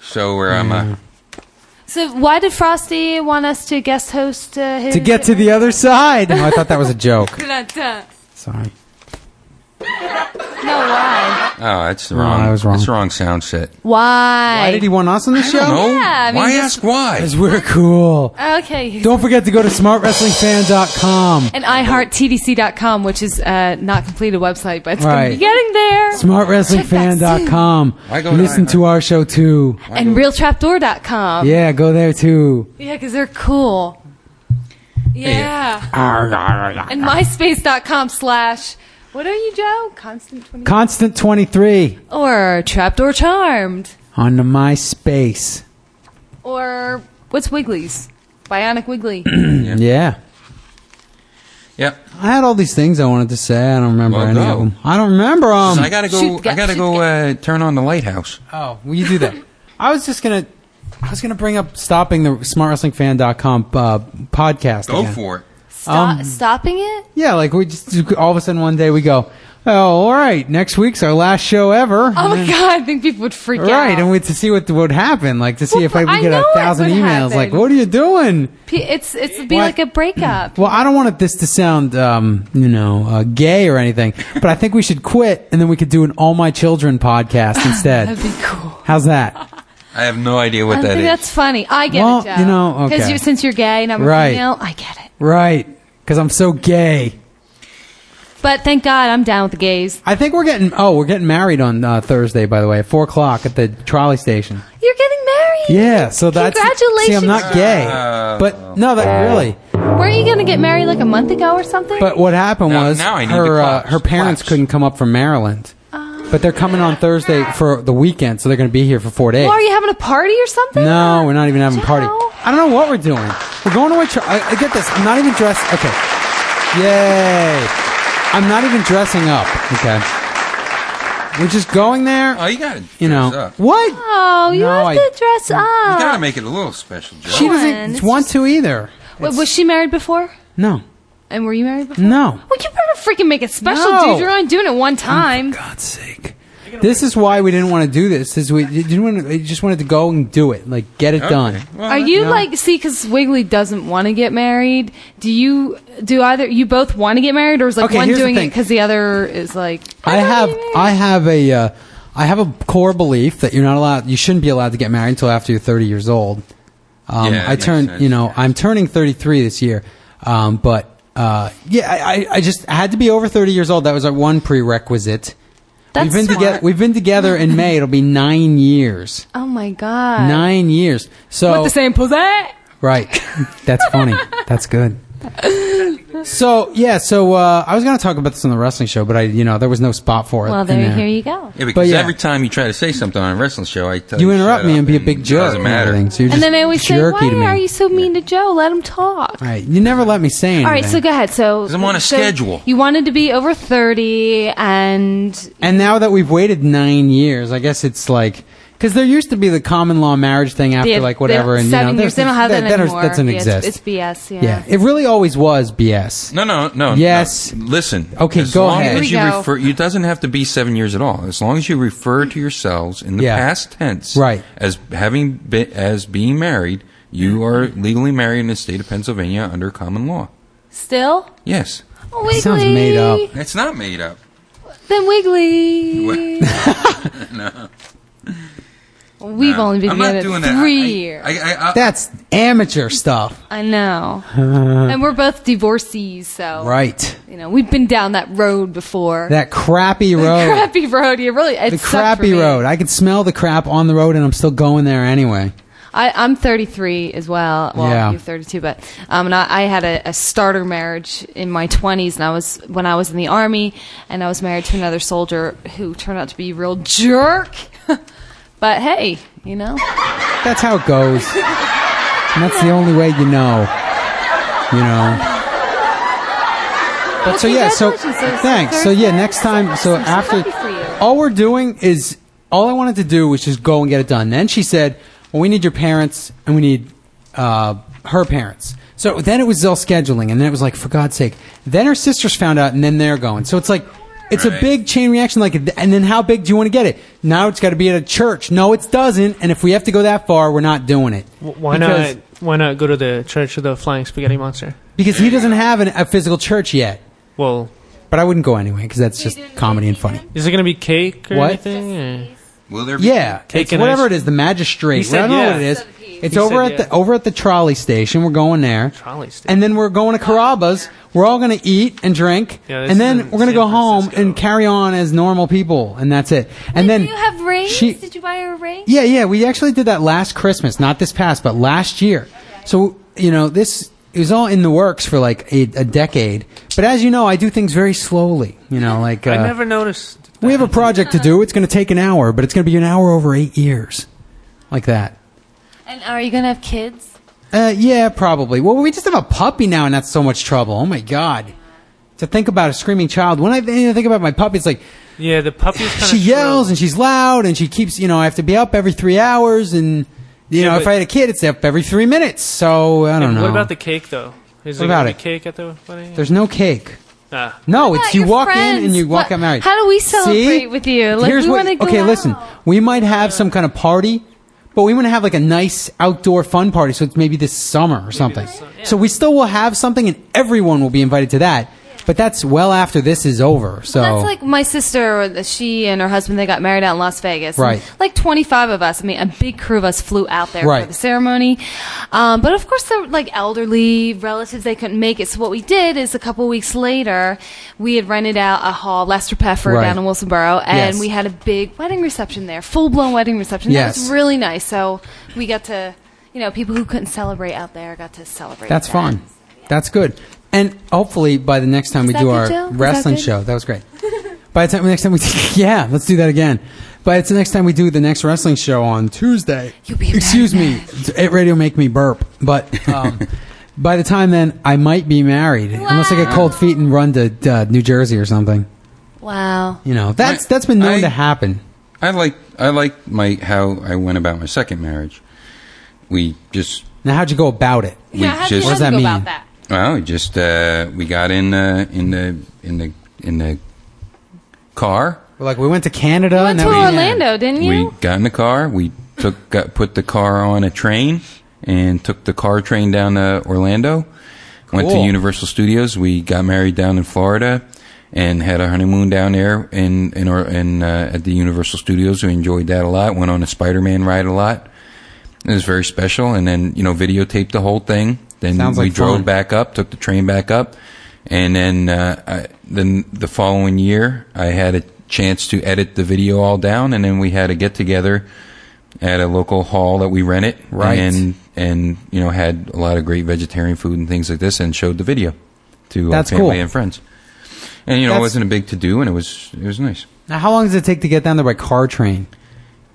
Speaker 3: So where I'm uh,
Speaker 5: So why did Frosty want us to guest host uh, his?
Speaker 4: To get to the other side. No, I thought that was a joke.
Speaker 5: Dun-dun-dun.
Speaker 4: Sorry.
Speaker 5: No, why?
Speaker 3: Oh, that's the
Speaker 4: No,
Speaker 3: wrong.
Speaker 4: I was wrong.
Speaker 3: That's the wrong sound set.
Speaker 5: Why?
Speaker 4: Why did he want us on the show?
Speaker 3: No.
Speaker 5: Yeah, I mean,
Speaker 3: why
Speaker 5: just-
Speaker 3: ask why?
Speaker 4: Because we're cool.
Speaker 5: Okay.
Speaker 4: Don't forget to go to smartwrestlingfan.com.
Speaker 5: and iHeartTDC.com, which is uh, not complete a website, but it's gonna be
Speaker 4: Right.
Speaker 5: getting there.
Speaker 4: Smartwrestlingfan.com.
Speaker 3: Why go to
Speaker 4: Listen
Speaker 3: iHeart?
Speaker 4: to our show too.
Speaker 5: And RealTrapdoor.com.
Speaker 4: Yeah, go there too.
Speaker 5: Yeah, because they're cool. Yeah. And MySpace.com slash, what are you, Joe? Constant 20.
Speaker 4: Constant 23
Speaker 5: or Trapdoor Charmed.
Speaker 4: on the MySpace.
Speaker 5: Or what's Wiggly's? Bionic Wiggly.
Speaker 4: Um, Yeah.
Speaker 3: Yeah,
Speaker 4: I had all these things I wanted to say. I don't remember
Speaker 3: Well,
Speaker 4: any
Speaker 3: go.
Speaker 4: of them. I don't remember them.
Speaker 3: I gotta go.
Speaker 5: shoot,
Speaker 3: I gotta
Speaker 5: shoot,
Speaker 3: go uh, turn on the lighthouse.
Speaker 4: Oh, will you do that? I was just gonna, I was gonna bring up stopping the smartwrestlingfan.com uh, podcast.
Speaker 3: Go
Speaker 4: again.
Speaker 3: for it.
Speaker 5: Stop, stopping it?
Speaker 4: Yeah, like we just all of a sudden one day we go, Oh, all right. Next week's our last show ever.
Speaker 5: Oh my god, I think people would freak out.
Speaker 4: Right, and we to see what would happen, like to see if I, we
Speaker 5: I
Speaker 4: get
Speaker 5: know
Speaker 4: a
Speaker 5: it
Speaker 4: thousand
Speaker 5: would
Speaker 4: emails,
Speaker 5: happen.
Speaker 4: like, "What are you doing?"
Speaker 5: P- it's it's it'd be
Speaker 4: What?
Speaker 5: like a breakup.
Speaker 4: Well, I don't want it, this to sound, um, you know, uh, gay or anything, but I think we should quit, and then we could do an "All My Children" podcast instead.
Speaker 5: That'd be cool.
Speaker 4: How's that?
Speaker 3: I have no idea
Speaker 5: I
Speaker 3: what
Speaker 5: think
Speaker 3: that is.
Speaker 5: that's funny. I get
Speaker 4: Well,
Speaker 5: it, Joe.
Speaker 4: you know, okay.
Speaker 5: you since you're gay and I'm
Speaker 4: Right.
Speaker 5: a female, I get it.
Speaker 4: Right, because I'm so gay.
Speaker 5: But thank God I'm down with the gays.
Speaker 4: I think we're getting. Oh, we're getting married on uh, Thursday, by the way, at four o'clock at the trolley station.
Speaker 5: You're getting married.
Speaker 4: Yeah, so that's See, I'm not
Speaker 5: Congratulations.
Speaker 4: gay,
Speaker 3: Oh.
Speaker 4: but no, that really.
Speaker 5: Weren't you gonna get married like a month ago or something?
Speaker 4: But what happened
Speaker 3: Now-
Speaker 4: was
Speaker 3: now I need the
Speaker 4: her uh,
Speaker 3: claps.
Speaker 4: her parents couldn't come up from Maryland,
Speaker 5: Oh.
Speaker 4: but they're coming on Thursday for the weekend, so they're going to be here for four days.
Speaker 5: well, are you having a party or something?
Speaker 4: No, we're not even having a party.
Speaker 5: Joe.
Speaker 4: I don't know what we're doing. We're going to a church. I, I get this. I'm not even dressed. Okay. Yay. I'm not even dressing up. Okay. We're just going there.
Speaker 3: Oh, you gotta
Speaker 4: you know
Speaker 3: dress up.
Speaker 4: what?
Speaker 5: Oh, you
Speaker 4: No,
Speaker 5: have
Speaker 4: I-
Speaker 5: to dress
Speaker 3: You gotta
Speaker 5: up.
Speaker 3: make it a little special, Joe.
Speaker 4: She doesn't
Speaker 5: It's
Speaker 4: want to either.
Speaker 5: Wait, was she married before?
Speaker 4: No.
Speaker 5: And were you married before?
Speaker 4: No.
Speaker 5: Well, you better freaking make it special,
Speaker 4: No.
Speaker 5: dude. You're only doing it one time.
Speaker 4: God's sake. This is why we didn't want to do this. Is we you didn't want to, you just wanted to go and do it, like get it
Speaker 3: Okay.
Speaker 4: done.
Speaker 3: Well,
Speaker 5: Are you
Speaker 4: No.
Speaker 5: like see? Because Wiggly doesn't want to get married. Do you? Do either you both want to get married, or is like
Speaker 4: Okay,
Speaker 5: one
Speaker 4: here's the
Speaker 5: doing it
Speaker 4: thing.
Speaker 5: because the other is like?
Speaker 4: I
Speaker 5: don't
Speaker 4: have
Speaker 5: wanna get
Speaker 4: I
Speaker 5: married.
Speaker 4: have a uh, I have a core belief that you're not allowed you shouldn't be allowed to get married until after you're 30 years old. Um,
Speaker 3: Yeah, it
Speaker 4: I
Speaker 3: makes
Speaker 4: turned
Speaker 3: sense.
Speaker 4: you know I'm turning 33 this year, um, but uh, yeah I, I- I just had to be over 30 years old. That was our one prerequisite.
Speaker 5: That's
Speaker 4: we've been
Speaker 5: smart.
Speaker 4: together. We've been together in May. It'll be nine years.
Speaker 5: Oh my god!
Speaker 4: Nine Oh. years. So
Speaker 5: With the same pussy.
Speaker 4: Right. That's funny. That's good. So yeah, so uh, I was going to talk about this on the wrestling show, but I, you know, there was no spot for it.
Speaker 5: Well,
Speaker 4: in
Speaker 5: there, here you go.
Speaker 3: Yeah, because
Speaker 4: yeah.
Speaker 3: every time you try to say something on a wrestling show, I tell you,
Speaker 4: You interrupt
Speaker 3: Oh, shut
Speaker 4: me
Speaker 3: up
Speaker 4: and be a big jerk.
Speaker 3: Doesn't
Speaker 4: and
Speaker 3: matter.
Speaker 4: everything, so you're
Speaker 5: And
Speaker 4: just
Speaker 5: then I always say,
Speaker 4: jerky
Speaker 5: "Why
Speaker 4: to me.
Speaker 5: are you so mean to Joe? Let him talk."
Speaker 4: Right. You never let me say anything.
Speaker 5: All right, so go ahead. So,
Speaker 3: 'Cause I'm on a
Speaker 5: so
Speaker 3: schedule.
Speaker 5: You wanted to be over thirty, and
Speaker 4: And now that we've waited nine years, I guess it's like because there used to be the common law marriage thing after
Speaker 5: they-
Speaker 4: like whatever,
Speaker 5: they-
Speaker 4: and you
Speaker 5: seven
Speaker 4: know, there's-
Speaker 5: years. They don't have that,
Speaker 4: that, that is-
Speaker 5: anymore.
Speaker 4: that doesn't
Speaker 5: Yeah, it's-
Speaker 4: exist.
Speaker 5: It's, BS. Yeah.
Speaker 4: yeah, it really always was BS.
Speaker 3: No, no, no.
Speaker 4: Yes.
Speaker 3: no. Listen.
Speaker 4: Okay,
Speaker 3: as
Speaker 4: go
Speaker 3: long
Speaker 4: ahead.
Speaker 5: Here we
Speaker 3: As you
Speaker 5: go.
Speaker 3: refer, it doesn't have to be seven years at all. As long as you refer to yourselves in the
Speaker 4: Yeah.
Speaker 3: past tense,
Speaker 4: Right.
Speaker 3: as having been, as being married, you are legally married in the state of Pennsylvania under common law.
Speaker 5: Still.
Speaker 3: Yes,
Speaker 5: Oh, Wiggly.
Speaker 4: Sounds made up.
Speaker 3: it's not made up.
Speaker 5: Then Wiggly. We've only been
Speaker 3: I'm not
Speaker 5: together
Speaker 3: doing
Speaker 5: three
Speaker 3: that. I- I-
Speaker 5: years.
Speaker 3: I,
Speaker 5: I,
Speaker 3: I, I,
Speaker 4: That's amateur stuff,
Speaker 5: know. and we're both divorcees, so
Speaker 4: right?
Speaker 5: you know, we've been down that road before.
Speaker 4: That crappy
Speaker 5: The
Speaker 4: road.
Speaker 5: crappy road. You really it
Speaker 4: the
Speaker 5: sucked for
Speaker 4: crappy
Speaker 5: me.
Speaker 4: road. I can smell the crap on the road, and I'm still going there anyway.
Speaker 5: I, I'm 33 as well. Well,
Speaker 4: Yeah.
Speaker 5: you're 32, but um, and I, I had a, a starter marriage in my 20s, and I was when I was in the army, and I was married to another soldier who turned out to be a real jerk. but hey, you know,
Speaker 4: That's how it goes. and that's the only way you know. You know. But so yeah, so
Speaker 5: congratulations. So-
Speaker 4: thanks.
Speaker 5: so
Speaker 4: So yeah,
Speaker 5: very-
Speaker 4: next time. So
Speaker 5: I'm so
Speaker 4: after
Speaker 5: happy for you.
Speaker 4: all we're doing is all I wanted to do was just go and get it done. Then she said, "Well, we need your parents and we need uh, her parents." So then it was all scheduling, and then it was like, for God's sake. Then her sisters found out, and then they're going. So it's like. It's a
Speaker 3: Right.
Speaker 4: big chain reaction. Like, and then how big do you want to get it? Now it's got to be at a church. No, it doesn't. And if we have to go that far, we're not doing it.
Speaker 10: W- Why
Speaker 4: Because-
Speaker 10: not? Why not go to the Church of the Flying Spaghetti Monster?
Speaker 4: Because he doesn't have an, a physical church yet.
Speaker 10: Well,
Speaker 4: But I wouldn't go anyway because that's just comedy and funny.
Speaker 10: is it gonna be cake or
Speaker 4: What?
Speaker 10: anything? or-
Speaker 3: will there be?
Speaker 4: Yeah,
Speaker 10: Cake
Speaker 4: it's
Speaker 10: and
Speaker 4: whatever it
Speaker 10: ice-
Speaker 4: is, the magistrate.
Speaker 10: He
Speaker 4: I
Speaker 10: said
Speaker 4: don't know
Speaker 10: yeah.
Speaker 4: what it is. It's
Speaker 10: He
Speaker 4: over at
Speaker 10: said yeah.
Speaker 4: the over at the trolley station. We're going there.
Speaker 10: Trolley station.
Speaker 4: And then we're going to Carrabba's. We're all going to eat and drink,
Speaker 10: Yeah, this
Speaker 4: and
Speaker 10: is
Speaker 4: then
Speaker 10: in
Speaker 4: we're going to
Speaker 10: San
Speaker 4: go home
Speaker 10: Francisco.
Speaker 4: and carry on as normal people, and that's it. And then
Speaker 5: do you have rings?
Speaker 4: she-
Speaker 5: Did you buy her a ring?
Speaker 4: Yeah, yeah. We actually did that last Christmas, not this past, but last year. So you know, this it was all in the works for like a, a decade. But as you know, I do things very slowly. You know, like uh,
Speaker 10: I never noticed.
Speaker 4: we have a project to do. It's going to take an hour, but it's going to be an hour over eight years, like that.
Speaker 5: And are you gonna have kids?
Speaker 4: Uh, yeah, probably. Well, we just have a puppy now, and that's so much trouble. Oh my god. To think about a screaming child. When I th- think about my puppy, it's like
Speaker 10: Yeah, the puppy's kind of.
Speaker 4: she yells and she's loud and she keeps you know i have to be up every three hours and you
Speaker 10: Yeah,
Speaker 4: know if
Speaker 10: but-
Speaker 4: i had a kid it's up every three minutes so i don't know
Speaker 10: What about the cake though? Is
Speaker 4: What
Speaker 10: there gonna
Speaker 4: about
Speaker 10: be
Speaker 4: it?
Speaker 10: cake at the wedding?
Speaker 4: there's no cake
Speaker 10: Ah.
Speaker 4: No,
Speaker 5: We're
Speaker 4: it's
Speaker 5: not
Speaker 4: you
Speaker 5: your
Speaker 4: walk in
Speaker 5: friends.
Speaker 4: and you walk
Speaker 5: What-
Speaker 4: out married.
Speaker 5: how do we
Speaker 4: See?
Speaker 5: celebrate with you? Like,
Speaker 4: Here's
Speaker 5: we
Speaker 4: what-
Speaker 5: wanna go
Speaker 4: okay,
Speaker 5: out.
Speaker 4: listen. We might have some kind of party, but we want to have like a nice outdoor fun party. So it's maybe this summer or something. So we still will have something, and everyone will be invited to that. But that's well after this is over. So
Speaker 5: That's like my sister. Or the, she and her husband they got married out in Las Vegas. And
Speaker 4: Right.
Speaker 5: like twenty five of us. I mean, a big crew of us flew out there
Speaker 4: Right.
Speaker 5: for the ceremony. Um, but of course, there were like elderly relatives. They couldn't make it. So what we did is a couple weeks later, we had rented out a hall, Lester Peffer
Speaker 4: Right.
Speaker 5: down in Wilsonboro, and
Speaker 4: Yes.
Speaker 5: we had a big wedding reception there, full blown wedding reception. That
Speaker 4: Yes.
Speaker 5: was really nice. So we got to, you know, people who couldn't celebrate out there got to celebrate.
Speaker 4: That's
Speaker 5: that.
Speaker 4: fun. That's good. And hopefully by the next time
Speaker 5: Is
Speaker 4: we
Speaker 5: that
Speaker 4: do
Speaker 5: good,
Speaker 4: our
Speaker 5: Joe? Was that
Speaker 4: wrestling
Speaker 5: good?
Speaker 4: show, that was great. by the time next time we, yeah, let's do that again. By the next time we do the next wrestling show on Tuesday, excuse me, at radio make me burp. But um, by the time then, I might be married unless I get cold feet and run to uh, New Jersey or something.
Speaker 5: Wow.
Speaker 4: You know, that's that's been known
Speaker 3: I-
Speaker 4: to happen.
Speaker 3: I like I like my how I went about my second marriage. We just
Speaker 4: Now, how'd you go about it?
Speaker 3: we just
Speaker 4: What does that mean?
Speaker 3: Well, we just uh, we got in uh, in the in the in the car.
Speaker 4: Like we went to Canada and
Speaker 5: To
Speaker 4: then Oh, we-
Speaker 5: Orlando, didn't you?
Speaker 3: We got in the car. We took got, put the car on a train and took the car train down to Orlando. Went to
Speaker 4: Cool.
Speaker 3: Universal Studios. We got married down in Florida and had our honeymoon down there in in, or, in uh, at the Universal Studios. We enjoyed that a lot. Went on a Spider-Man ride a lot. It was very special. And then you know videotaped the whole thing. Then
Speaker 4: Sounds
Speaker 3: we
Speaker 4: like
Speaker 3: drove
Speaker 4: fun.
Speaker 3: back up, took the train back up, and then uh, I, then the following year I had a chance to edit the video all down, and then we had a get together at a local hall that we rented,
Speaker 4: Right.
Speaker 3: And and you know had a lot of great vegetarian food and things like this, and showed the video to
Speaker 4: That's
Speaker 3: our family
Speaker 4: cool.
Speaker 3: and friends. And you know
Speaker 4: That's-
Speaker 3: it wasn't a big to do, and it was it was nice.
Speaker 4: Now, how long does it take to get down there by car train?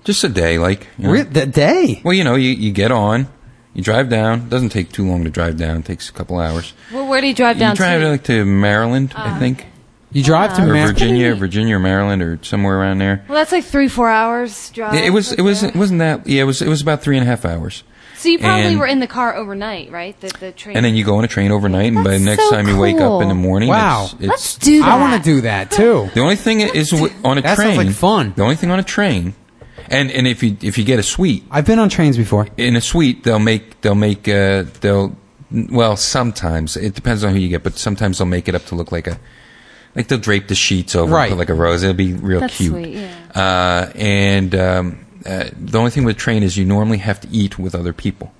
Speaker 3: Just a day, like you know.
Speaker 4: Re- that day.
Speaker 3: well, you know you, you get on. You drive down. Doesn't take too long to drive down. It takes a couple hours.
Speaker 5: Well, where do you drive down
Speaker 3: you drive
Speaker 5: to? Uh,
Speaker 3: like to Maryland, I think.
Speaker 4: You drive to
Speaker 5: Uh-huh.
Speaker 3: or
Speaker 4: Mar-
Speaker 3: Virginia, Virginia, or Maryland, or somewhere around there.
Speaker 5: Well, that's like three, four hours drive.
Speaker 3: It, it was, it was, it wasn't that. Yeah, it was, it was about three and a half hours.
Speaker 5: So you probably
Speaker 3: and-
Speaker 5: were in the car overnight, right? The, the train.
Speaker 3: And then you go on a train overnight, and by the
Speaker 5: That's
Speaker 3: next
Speaker 5: so
Speaker 3: time you wake up in
Speaker 5: cool.
Speaker 3: the morning,
Speaker 4: Wow.
Speaker 3: it's, it's
Speaker 5: Let's do that.
Speaker 4: I want to do that too.
Speaker 3: the only thing is w- on a
Speaker 4: That sounds
Speaker 3: train.
Speaker 4: like fun.
Speaker 3: The only thing on a train, and and if you if you get a suite
Speaker 4: I've been on trains before.
Speaker 3: in a suite, they'll make they'll make uh, they'll well sometimes it depends on who you get, but sometimes they'll make it up to look like a like they'll drape the sheets over and
Speaker 4: Right.
Speaker 3: put like a rose. It'll be real
Speaker 5: That's
Speaker 3: cute.
Speaker 5: sweet, yeah.
Speaker 3: Uh, and um, uh, the only thing with a train is you normally have to eat with other people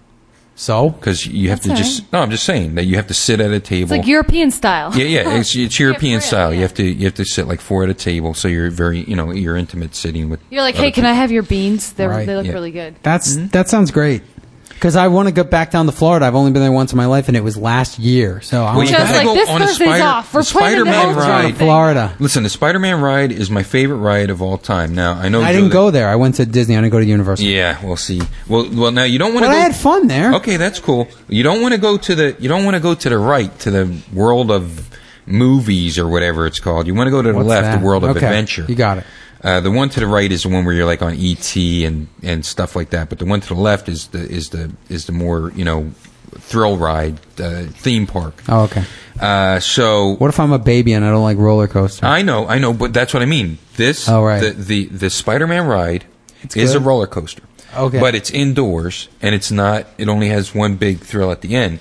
Speaker 4: So
Speaker 3: because you have
Speaker 5: That's
Speaker 3: to
Speaker 5: all
Speaker 3: just no. I'm just saying that you have to sit at a
Speaker 5: It's
Speaker 3: table.
Speaker 5: like European style.
Speaker 3: yeah, yeah, it's, it's
Speaker 5: Yeah,
Speaker 3: European
Speaker 5: for real,
Speaker 3: style. You
Speaker 5: yeah.
Speaker 3: have to you have to sit like four at a table, so you're very you know you're intimate sitting with.
Speaker 5: You're like,
Speaker 3: other
Speaker 5: hey, can I have your beans? They're,
Speaker 4: Right,
Speaker 5: they look
Speaker 3: yeah.
Speaker 5: really good.
Speaker 4: that's
Speaker 3: Mm-hmm.
Speaker 4: that sounds great. Because I want to go back down to Florida. I've only been there once in my life, and it was last year. So I
Speaker 3: Well,
Speaker 4: want
Speaker 3: you
Speaker 5: Joe's
Speaker 3: gotta
Speaker 5: like,
Speaker 3: go
Speaker 5: this
Speaker 3: on a
Speaker 5: Thursday's
Speaker 3: spider-
Speaker 5: off. We're
Speaker 3: the
Speaker 5: planning the
Speaker 3: Spider-Man
Speaker 5: whole
Speaker 3: ride.
Speaker 5: thing.
Speaker 3: Right.
Speaker 4: Florida.
Speaker 3: Listen, the Spider-Man ride is my favorite ride of all time. Now I know
Speaker 4: I
Speaker 3: Joe,
Speaker 4: didn't
Speaker 3: that-
Speaker 4: go there. I went to Disney. I didn't go to Universal.
Speaker 3: Yeah, we'll see. Well, well, now you don't want
Speaker 4: But
Speaker 3: to.
Speaker 4: I had fun there.
Speaker 3: Okay, that's cool. You don't want to go to the. You don't want to go to the right to the world of movies or whatever it's called. You want to go to the
Speaker 4: What's
Speaker 3: left,
Speaker 4: that?
Speaker 3: the world of
Speaker 4: Okay,
Speaker 3: adventure.
Speaker 4: you got it.
Speaker 3: Uh, the one to the right is the one where you're like on ET and and stuff like that. But the one to the left is the is the is the more you know thrill ride uh, theme park.
Speaker 4: Oh, okay.
Speaker 3: Uh, so
Speaker 4: What if I'm a baby and I don't like roller coasters?
Speaker 3: I know, I know, but that's what I mean. This,
Speaker 4: Oh, right.
Speaker 3: the, the the Spider-Man ride is
Speaker 4: good.
Speaker 3: a roller coaster.
Speaker 4: Okay.
Speaker 3: Uh, but it's indoors and it's not. It only has one big thrill at the end,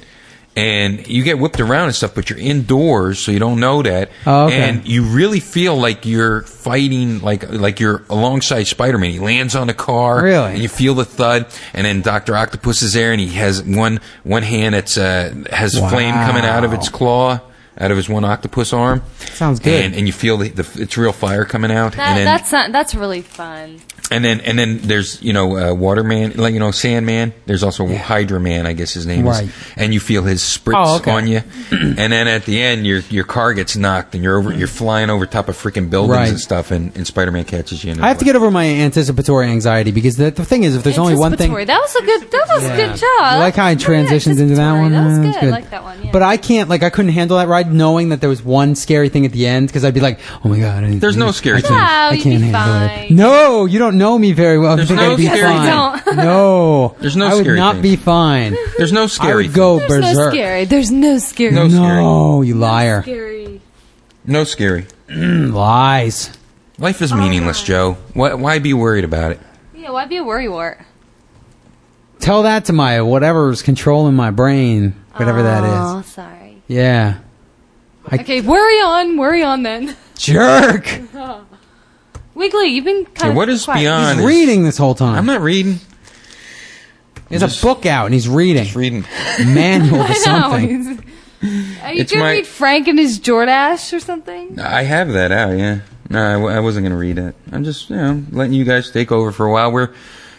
Speaker 3: and you get whipped around and stuff. But you're indoors, so you don't know that.
Speaker 4: Oh, okay.
Speaker 3: And you really feel like you're fighting, like like you're alongside Spider-Man. He lands on a car,
Speaker 4: Really?
Speaker 3: and you feel the thud. And then Doctor Octopus is there, and he has one one hand that's uh, has
Speaker 4: Wow.
Speaker 3: flame coming out of its claw. Out of his one octopus arm,
Speaker 4: Sounds good.
Speaker 3: and, and you feel the, the it's real fire coming out,
Speaker 5: That,
Speaker 3: and then
Speaker 5: that's, not, that's really fun.
Speaker 3: and then and then there's you know uh, Waterman, like you know Sandman. There's also Hydra Man, I guess his name
Speaker 4: Right.
Speaker 3: is, and you feel his spritz
Speaker 4: Oh, okay.
Speaker 3: on you, and then at the end your your car gets knocked and you're over you're flying over top of freaking buildings
Speaker 4: Right.
Speaker 3: and stuff, and, and Spider Man catches you. And
Speaker 4: I have to get over my anticipatory anxiety because the, the thing is, if there's only one thing,
Speaker 5: Anticipatory. That was a good. That was a good job.
Speaker 4: You like how I
Speaker 5: That's really
Speaker 4: transitioned into that
Speaker 5: anticipatory.
Speaker 4: one?
Speaker 5: That was
Speaker 4: Uh,
Speaker 5: good.
Speaker 4: that's
Speaker 5: I like that one. Yeah.
Speaker 4: But I can't, like, I couldn't handle that ride knowing that there was one scary thing at the end because I'd be like, oh my god. I-
Speaker 3: There's no
Speaker 4: I
Speaker 3: scary
Speaker 4: can't-
Speaker 3: thing.
Speaker 5: No,
Speaker 4: I
Speaker 5: you'd
Speaker 4: can't
Speaker 5: be
Speaker 4: handle it.
Speaker 5: fine.
Speaker 4: No, you don't know me very well.
Speaker 3: There's
Speaker 4: you think
Speaker 3: no
Speaker 4: I'd be
Speaker 3: scary
Speaker 4: fine.
Speaker 5: thing.
Speaker 4: no,
Speaker 3: There's no
Speaker 4: I would
Speaker 3: scary
Speaker 4: not
Speaker 3: thing.
Speaker 4: be fine.
Speaker 3: There's no
Speaker 4: I
Speaker 3: scary.
Speaker 4: would go
Speaker 5: There's
Speaker 4: berserk.
Speaker 5: no scary. There's no scary.
Speaker 3: No
Speaker 4: No, you liar. Mm,
Speaker 5: Scary.
Speaker 3: No scary.
Speaker 4: Lies.
Speaker 3: Life is meaningless,
Speaker 4: Oh.
Speaker 3: Joe. Why, why be worried about it?
Speaker 5: Yeah, why be a worrywart?
Speaker 4: Tell that to my whatever's controlling my brain, whatever that
Speaker 5: Oh,
Speaker 4: is.
Speaker 5: sorry.
Speaker 4: Yeah. I-
Speaker 5: okay, worry on, worry on then.
Speaker 4: Jerk.
Speaker 5: Wiggly, you've been kind
Speaker 3: Yeah,
Speaker 5: of
Speaker 3: what is
Speaker 5: quiet.
Speaker 3: beyond?
Speaker 4: He's reading this whole time.
Speaker 3: I'm not reading.
Speaker 4: There's a book out and he's reading.
Speaker 3: Reading.
Speaker 4: Manual to
Speaker 5: I
Speaker 4: something.
Speaker 5: know. Are you
Speaker 3: It's
Speaker 5: gonna
Speaker 3: my-
Speaker 5: read Frank and his Jordash or something?
Speaker 3: I have that out, yeah. No, I, w- I wasn't going to read it. I'm just, you know, letting you guys take over for a while. We're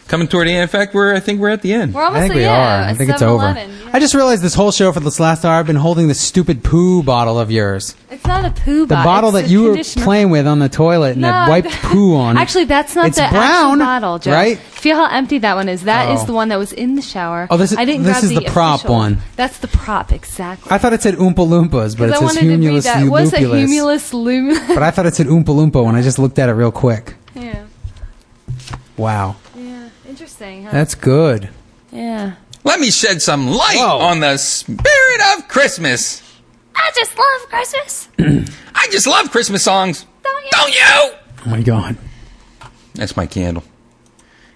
Speaker 3: coming toward the end. In fact, we're, I think we're at the end.
Speaker 5: We're
Speaker 4: I
Speaker 5: almost
Speaker 4: think
Speaker 5: at,
Speaker 4: we
Speaker 5: yeah,
Speaker 4: are. I
Speaker 5: at
Speaker 4: think it's over.
Speaker 5: 7-Eleven, yeah.
Speaker 4: I just realized this whole show for this last hour I've been holding this stupid poo bottle of yours.
Speaker 5: It's not a poo
Speaker 4: The
Speaker 5: bottle.
Speaker 4: bottle
Speaker 5: Uh, it's
Speaker 4: that
Speaker 5: a
Speaker 4: you were
Speaker 5: conditioner.
Speaker 4: playing with on the toilet and I
Speaker 5: No,
Speaker 4: wiped poo on. it.
Speaker 5: Actually, that's not
Speaker 4: it's
Speaker 5: the actual
Speaker 4: brown,
Speaker 5: bottle, Joe.
Speaker 4: Right?
Speaker 5: Feel how empty that one is. That is
Speaker 4: Oh.
Speaker 5: the one that was in the shower.
Speaker 4: Oh, this is-
Speaker 5: I didn't
Speaker 4: this
Speaker 5: grab
Speaker 4: is
Speaker 5: the,
Speaker 4: the prop
Speaker 5: official.
Speaker 4: one.
Speaker 5: That's the prop, exactly.
Speaker 4: I thought it said Oompa Loompas, but it
Speaker 5: I
Speaker 4: says
Speaker 5: wanted to read
Speaker 4: Humulus
Speaker 5: that. What's a
Speaker 4: Lupulus.
Speaker 5: humulus lumulus?
Speaker 4: But I thought it said Oompa Loompa when I just looked at it real quick.
Speaker 5: yeah,
Speaker 4: Wow.
Speaker 5: yeah, interesting. Huh?
Speaker 4: That's good.
Speaker 5: yeah.
Speaker 3: Let me shed some light on the spirit of Christmas.
Speaker 5: I just love Christmas.
Speaker 3: I just love Christmas songs.
Speaker 5: Don't you?
Speaker 3: Don't you?
Speaker 4: Oh my god.
Speaker 3: That's my candle.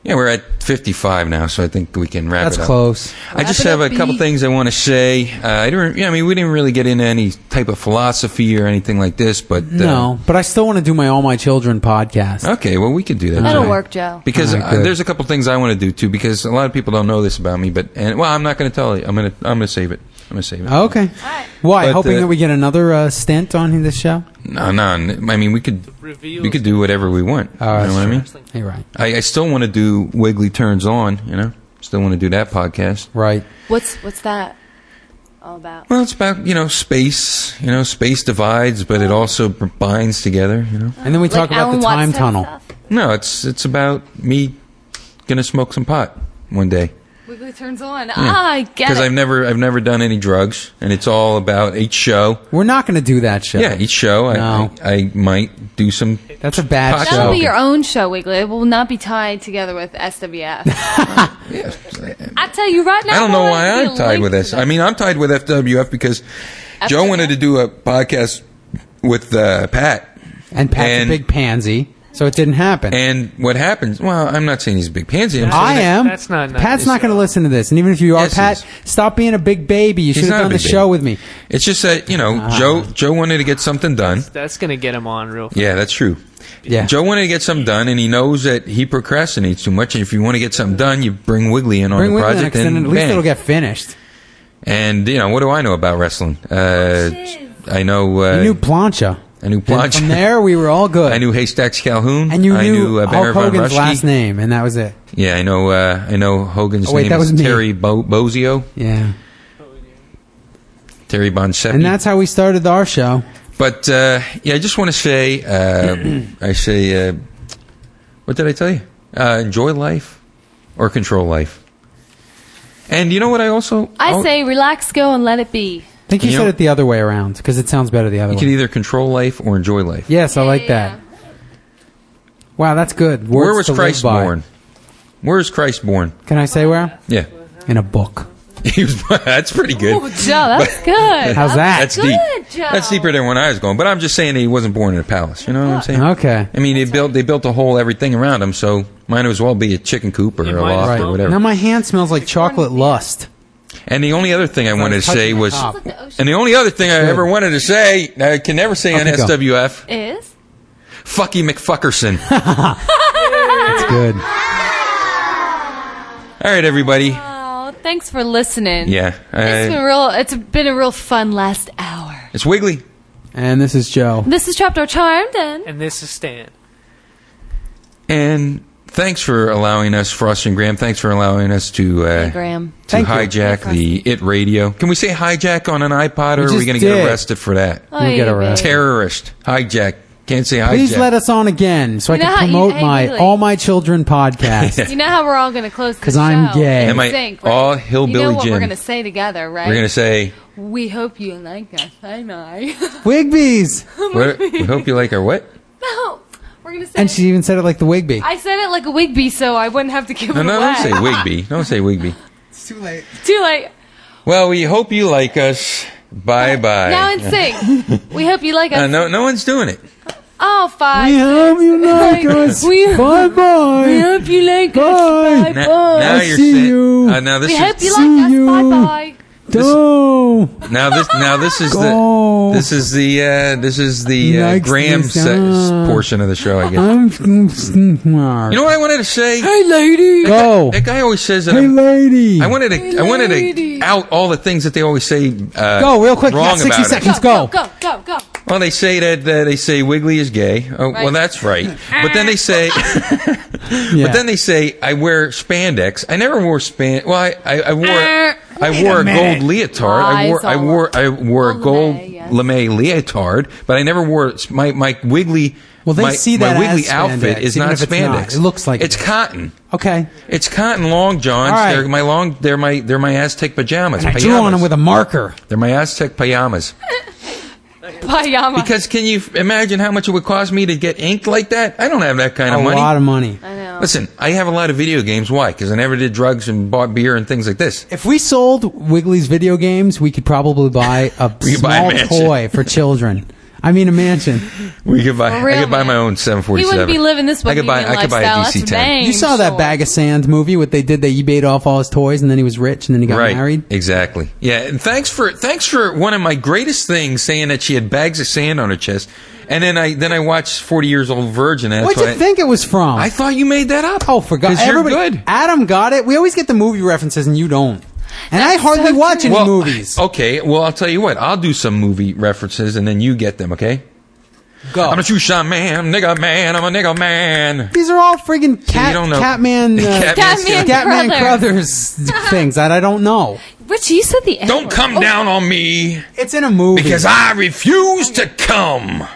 Speaker 3: Yeah, we're at 55 now, so I think we can wrap
Speaker 4: That's
Speaker 3: it up.
Speaker 4: close.
Speaker 3: I just
Speaker 5: Wrap it
Speaker 3: have a
Speaker 5: up,
Speaker 3: couple
Speaker 5: B.
Speaker 3: things I want to say. Uh, I don't. Yeah, I mean, we didn't really get into any type of philosophy or anything like this, but uh,
Speaker 4: No, but I still want to do my All My Children podcast.
Speaker 3: Okay, well, we could do that.
Speaker 5: That'll
Speaker 3: tonight.
Speaker 5: work, Joe.
Speaker 3: Because
Speaker 4: All right,
Speaker 3: uh,
Speaker 4: good.
Speaker 3: there's a couple things I want to do too. Because a lot of people don't know this about me, but and well, I'm not going to tell you. I'm going to I'm going to save it. I'm going to save it.
Speaker 4: Oh, Okay. Why?
Speaker 3: But,
Speaker 4: hoping
Speaker 3: uh,
Speaker 4: that we get another uh, stint on this show?
Speaker 3: No, no. n- I mean, we could
Speaker 10: Reveals.
Speaker 3: we could do whatever we want.
Speaker 4: Oh,
Speaker 3: you
Speaker 4: that's
Speaker 3: know what I
Speaker 4: true.
Speaker 3: mean?
Speaker 4: You're right.
Speaker 3: I, I still want to do Wiggly Turns On. You know, still want to do that podcast.
Speaker 4: Right.
Speaker 5: What's what's that all about?
Speaker 3: Well, it's about you know space. You know, space divides, but it also b- binds together. You know,
Speaker 4: And then we talk about the time tunnel.
Speaker 3: no, it's it's about me gonna smoke some pot one day.
Speaker 5: Wiggly turns on. Ah, I get it.
Speaker 3: Because I've never I've never done any drugs, and it's all about each show.
Speaker 4: We're not going to do that show.
Speaker 3: Yeah, each show I,
Speaker 4: No.
Speaker 3: I, I might do some.
Speaker 4: That's a bad
Speaker 3: That's
Speaker 5: That'll
Speaker 4: show.
Speaker 5: be your own show, Wiggly. It will not be tied together with SWF. I tell you right now.
Speaker 3: I don't know
Speaker 5: boy,
Speaker 3: why
Speaker 5: there'll
Speaker 3: I'm
Speaker 5: be
Speaker 3: tied
Speaker 5: links
Speaker 3: with
Speaker 5: to
Speaker 3: this. I mean, I'm tied with FWF because Joe
Speaker 5: FWF?
Speaker 3: wanted to do a podcast with uh, Pat.
Speaker 4: and Pat's
Speaker 3: And-
Speaker 4: a big pansy, so it didn't happen.
Speaker 3: And what happens? Well, I'm not saying he's a big pansy. I'm
Speaker 4: I
Speaker 3: saying
Speaker 4: am.
Speaker 10: That's not nice.
Speaker 4: Pat's not going to listen to this. And even if you are,
Speaker 3: Yes,
Speaker 4: Pat,
Speaker 3: he
Speaker 4: stop being a big baby. You
Speaker 3: He's
Speaker 4: should have
Speaker 3: not a
Speaker 4: done the
Speaker 3: big baby.
Speaker 4: show with me.
Speaker 3: It's just that you know,
Speaker 4: Ah.
Speaker 3: Joe Joe wanted to get something done.
Speaker 10: That's gonna get him on real.
Speaker 3: Yeah, that's true.
Speaker 4: Yeah.
Speaker 3: Joe wanted to get something done, and he knows that he procrastinates too much. And if you want to get something done, you bring Wiggly in on
Speaker 4: Bring
Speaker 3: the
Speaker 4: with me
Speaker 3: project,
Speaker 4: next, then
Speaker 3: and
Speaker 4: at least
Speaker 3: bang.
Speaker 4: it'll get finished.
Speaker 3: And you know, what do I know about wrestling? Uh, I know. Uh,
Speaker 4: You knew Plancha.
Speaker 3: I knew
Speaker 4: Then
Speaker 3: Blanche.
Speaker 4: From there, we were all good.
Speaker 3: I knew Haystacks Calhoun.
Speaker 4: and you
Speaker 3: I
Speaker 4: knew,
Speaker 3: knew uh, Baron
Speaker 4: Hulk
Speaker 3: von
Speaker 4: Hogan's
Speaker 3: Rushke.
Speaker 4: last name, and that was it.
Speaker 3: Yeah, I know. Uh, I know Hogan's
Speaker 4: Oh, wait,
Speaker 3: name
Speaker 4: that
Speaker 3: is
Speaker 4: was me.
Speaker 3: Terry Bo- Bozio,
Speaker 4: Yeah.
Speaker 3: Terry Bonsepi.
Speaker 4: And that's how we started our show.
Speaker 3: But uh, yeah, I just want to say, uh, I say, uh, what did I tell you? Uh, enjoy life or control life. And you know what? I also
Speaker 5: I
Speaker 3: oh,
Speaker 5: say relax, go, and let it be.
Speaker 4: I think you,
Speaker 3: You
Speaker 4: said
Speaker 3: know-
Speaker 4: it the other way around because it sounds better the other
Speaker 3: you
Speaker 4: way.
Speaker 3: can e- either control life or enjoy life.
Speaker 4: yes, I like
Speaker 5: yeah,
Speaker 4: that. Wow, that's good. Words
Speaker 3: Where was
Speaker 4: to live
Speaker 3: Christ
Speaker 4: by.
Speaker 3: born? Where is Christ born?
Speaker 4: Can I say where?
Speaker 3: Yeah,
Speaker 4: In a book.
Speaker 3: he was. that's pretty good.
Speaker 5: Oh, Joe, that's good.
Speaker 4: How's that?
Speaker 3: That's
Speaker 5: Good
Speaker 3: deep.
Speaker 5: job.
Speaker 3: That's deeper than when I was going. But I'm just saying that he wasn't born in a palace. You know what I'm saying?
Speaker 4: Okay.
Speaker 3: I mean, they built they built a whole everything around him, so might as well be a chicken coop or
Speaker 10: Yeah,
Speaker 3: a
Speaker 10: might as
Speaker 3: loft
Speaker 10: well.
Speaker 3: or whatever.
Speaker 4: Now my hand smells like chocolate lust.
Speaker 3: and the only other thing I wanted to
Speaker 4: touching
Speaker 3: say
Speaker 4: my
Speaker 3: was,
Speaker 4: top.
Speaker 3: and the only other thing I ever wanted to say, I can never say on
Speaker 4: Okay, go.
Speaker 3: SWF,
Speaker 5: Is
Speaker 3: fucky McFuckerson.
Speaker 4: It's good.
Speaker 3: All right, everybody.
Speaker 5: oh, thanks for listening.
Speaker 3: Yeah,
Speaker 5: it's
Speaker 3: uh,
Speaker 5: been real. It's been a real fun last hour.
Speaker 3: it's Wiggly.
Speaker 4: And this is Joe.
Speaker 5: This is Trapdoor Charmed, and
Speaker 10: And this is Stan.
Speaker 3: And thanks for allowing us, Frost and Graham. Thanks for allowing us to uh,
Speaker 5: Graham.
Speaker 3: to
Speaker 4: Thank you.
Speaker 3: hijack the It Radio. Can we say hijack on an iPod,
Speaker 4: We
Speaker 3: or are we
Speaker 4: just
Speaker 3: going to get
Speaker 4: did.
Speaker 3: arrested for that?
Speaker 5: Oh,
Speaker 4: We'll get
Speaker 5: yeah,
Speaker 4: around.
Speaker 5: babe.
Speaker 3: Terrorist hijack. Can't say hijack.
Speaker 4: Please let us on again so I
Speaker 5: You know
Speaker 4: can
Speaker 5: how you-
Speaker 4: promote
Speaker 5: hey,
Speaker 4: my
Speaker 5: really.
Speaker 4: All My Children podcast.
Speaker 5: You know how we're all going to close because
Speaker 4: I'm gay.
Speaker 3: Am I
Speaker 5: Sync, right?
Speaker 3: all
Speaker 5: you know
Speaker 3: hillbilly
Speaker 5: what
Speaker 3: Jim?
Speaker 5: we're going to say together, right?
Speaker 3: We're gonna say.
Speaker 5: we hope you like us. I know.
Speaker 4: Wigbees!
Speaker 3: What, we hope you like our what?
Speaker 5: no, we're going to say.
Speaker 4: And she even said it like the Wigbee.
Speaker 5: I said it like a Wigbee, so I wouldn't have to give
Speaker 3: No,
Speaker 5: it
Speaker 3: no,
Speaker 5: away.
Speaker 3: don't say Wigby. Don't say Wigby.
Speaker 4: It's too late.
Speaker 5: Too late.
Speaker 3: Well, we hope you like us. Bye bye.
Speaker 5: Now in sync. we hope you like us.
Speaker 3: Uh, no, no one's doing it.
Speaker 5: Oh, five.
Speaker 4: We hope you like
Speaker 5: Like,
Speaker 4: us.
Speaker 5: we-
Speaker 4: bye
Speaker 5: We
Speaker 4: bye.
Speaker 5: hope you like
Speaker 4: Bye.
Speaker 5: us.
Speaker 3: Na-
Speaker 5: Bye bye.
Speaker 3: now
Speaker 4: Oh, I
Speaker 3: you're
Speaker 4: see
Speaker 3: saying-
Speaker 4: you.
Speaker 3: Uh, now this
Speaker 5: we
Speaker 3: is
Speaker 5: hope you
Speaker 4: See
Speaker 5: like us.
Speaker 4: you.
Speaker 5: Bye bye.
Speaker 4: Go.
Speaker 3: now this now this is
Speaker 4: Go.
Speaker 3: the this is the uh, this is the uh,
Speaker 4: Next
Speaker 3: Graham
Speaker 4: is,
Speaker 3: se-
Speaker 4: uh,
Speaker 3: portion of the show. I guess.
Speaker 4: I'm.
Speaker 3: You know what I wanted to say?
Speaker 4: Uh-huh. Hey, lady. Go.
Speaker 3: That guy always says that.
Speaker 4: Hey,
Speaker 3: I'm-
Speaker 4: lady.
Speaker 3: I wanted to. I wanted to
Speaker 5: lady.
Speaker 3: out all the things that they always say. Uh,
Speaker 4: Go real quick. You
Speaker 3: Wrong
Speaker 4: got 60
Speaker 3: about it.
Speaker 4: seconds.
Speaker 5: Go,
Speaker 4: Go.
Speaker 5: go, go, go.
Speaker 3: Well, they say that uh, they say Wiggly is gay. Oh, well,
Speaker 5: Right.
Speaker 3: that's right. But then they say,
Speaker 4: Yeah.
Speaker 3: but then they say I wear spandex. I never wore span. Well, I, I, I wore I wore a, gold leotard. I
Speaker 5: Lies
Speaker 3: wore I
Speaker 5: all
Speaker 3: wore I wore a
Speaker 5: Lame,
Speaker 3: gold
Speaker 5: yes.
Speaker 3: lame leotard, but I never wore s- my my Wiggly.
Speaker 4: Well, they
Speaker 3: my,
Speaker 4: see that
Speaker 3: my Wiggly
Speaker 4: as
Speaker 3: outfit
Speaker 4: spandex,
Speaker 3: is
Speaker 4: even
Speaker 3: not
Speaker 4: if it's not.
Speaker 3: spandex.
Speaker 4: It looks like
Speaker 3: it's
Speaker 4: it.
Speaker 3: cotton.
Speaker 4: Okay.
Speaker 3: It's cotton long johns.
Speaker 4: All right.
Speaker 3: They're my long. They're my they're my Aztec pajamas.
Speaker 4: I
Speaker 3: pajamas.
Speaker 4: drew on him with a marker.
Speaker 3: they're my Aztec pajamas.
Speaker 5: Bye, Yama.
Speaker 3: Because can you f- imagine how much it would cost me to get inked like that? I don't have that kind
Speaker 4: A
Speaker 3: of money.
Speaker 4: lot of money.
Speaker 5: I know.
Speaker 3: Listen, I have a lot of video games. Why? Because I never did drugs and bought beer and things like this.
Speaker 4: If we sold Wiggly's video games, we could probably buy a
Speaker 3: We could buy a
Speaker 4: small
Speaker 3: mansion.
Speaker 4: toy for children. I mean, a mansion.
Speaker 3: We could buy.
Speaker 5: For real,
Speaker 3: I could buy
Speaker 5: man.
Speaker 3: my own 747.
Speaker 5: He wouldn't be living this
Speaker 3: I could buy.
Speaker 5: bohemian
Speaker 3: I could buy
Speaker 5: lifestyle.
Speaker 3: a
Speaker 5: That's
Speaker 3: DC
Speaker 5: dang.
Speaker 3: ten.
Speaker 4: You saw that
Speaker 5: sure.
Speaker 4: Bag of Sand movie? What they did? They eBayed off all his toys, and then he was rich, and then he got
Speaker 3: Right.
Speaker 4: married.
Speaker 3: Exactly. Yeah. And thanks for thanks for one of my greatest things saying that she had bags of sand on her chest, and then I then I watched Forty Years Old Virgin. And that's
Speaker 4: What'd you
Speaker 3: why I-
Speaker 4: think it was from?
Speaker 3: I thought you made that up.
Speaker 4: Oh, forgot.
Speaker 3: 'Cause you're
Speaker 4: Everybody,
Speaker 3: good.
Speaker 4: Adam got it. We always get the movie references, and you don't. And I hardly
Speaker 5: so
Speaker 4: watch
Speaker 5: true.
Speaker 4: any
Speaker 3: Well, oh,
Speaker 4: movies.
Speaker 3: Okay. Well, I'll tell you what. I'll do some movie references, and then you get them. Okay.
Speaker 4: Go.
Speaker 3: I'm a true shot man, nigga man. I'm a nigga man.
Speaker 4: These are all friggin' cat,
Speaker 3: don't know.
Speaker 4: Catman, uh,
Speaker 3: Catman's
Speaker 5: Catman.
Speaker 3: gonna-
Speaker 4: Catman
Speaker 5: Brothers.
Speaker 4: Brothers things that I don't know.
Speaker 5: Rich, you said the N
Speaker 3: Don't
Speaker 5: word.
Speaker 3: come
Speaker 5: Oh,
Speaker 3: down on me
Speaker 4: It's in a movie.
Speaker 3: because I refuse to come.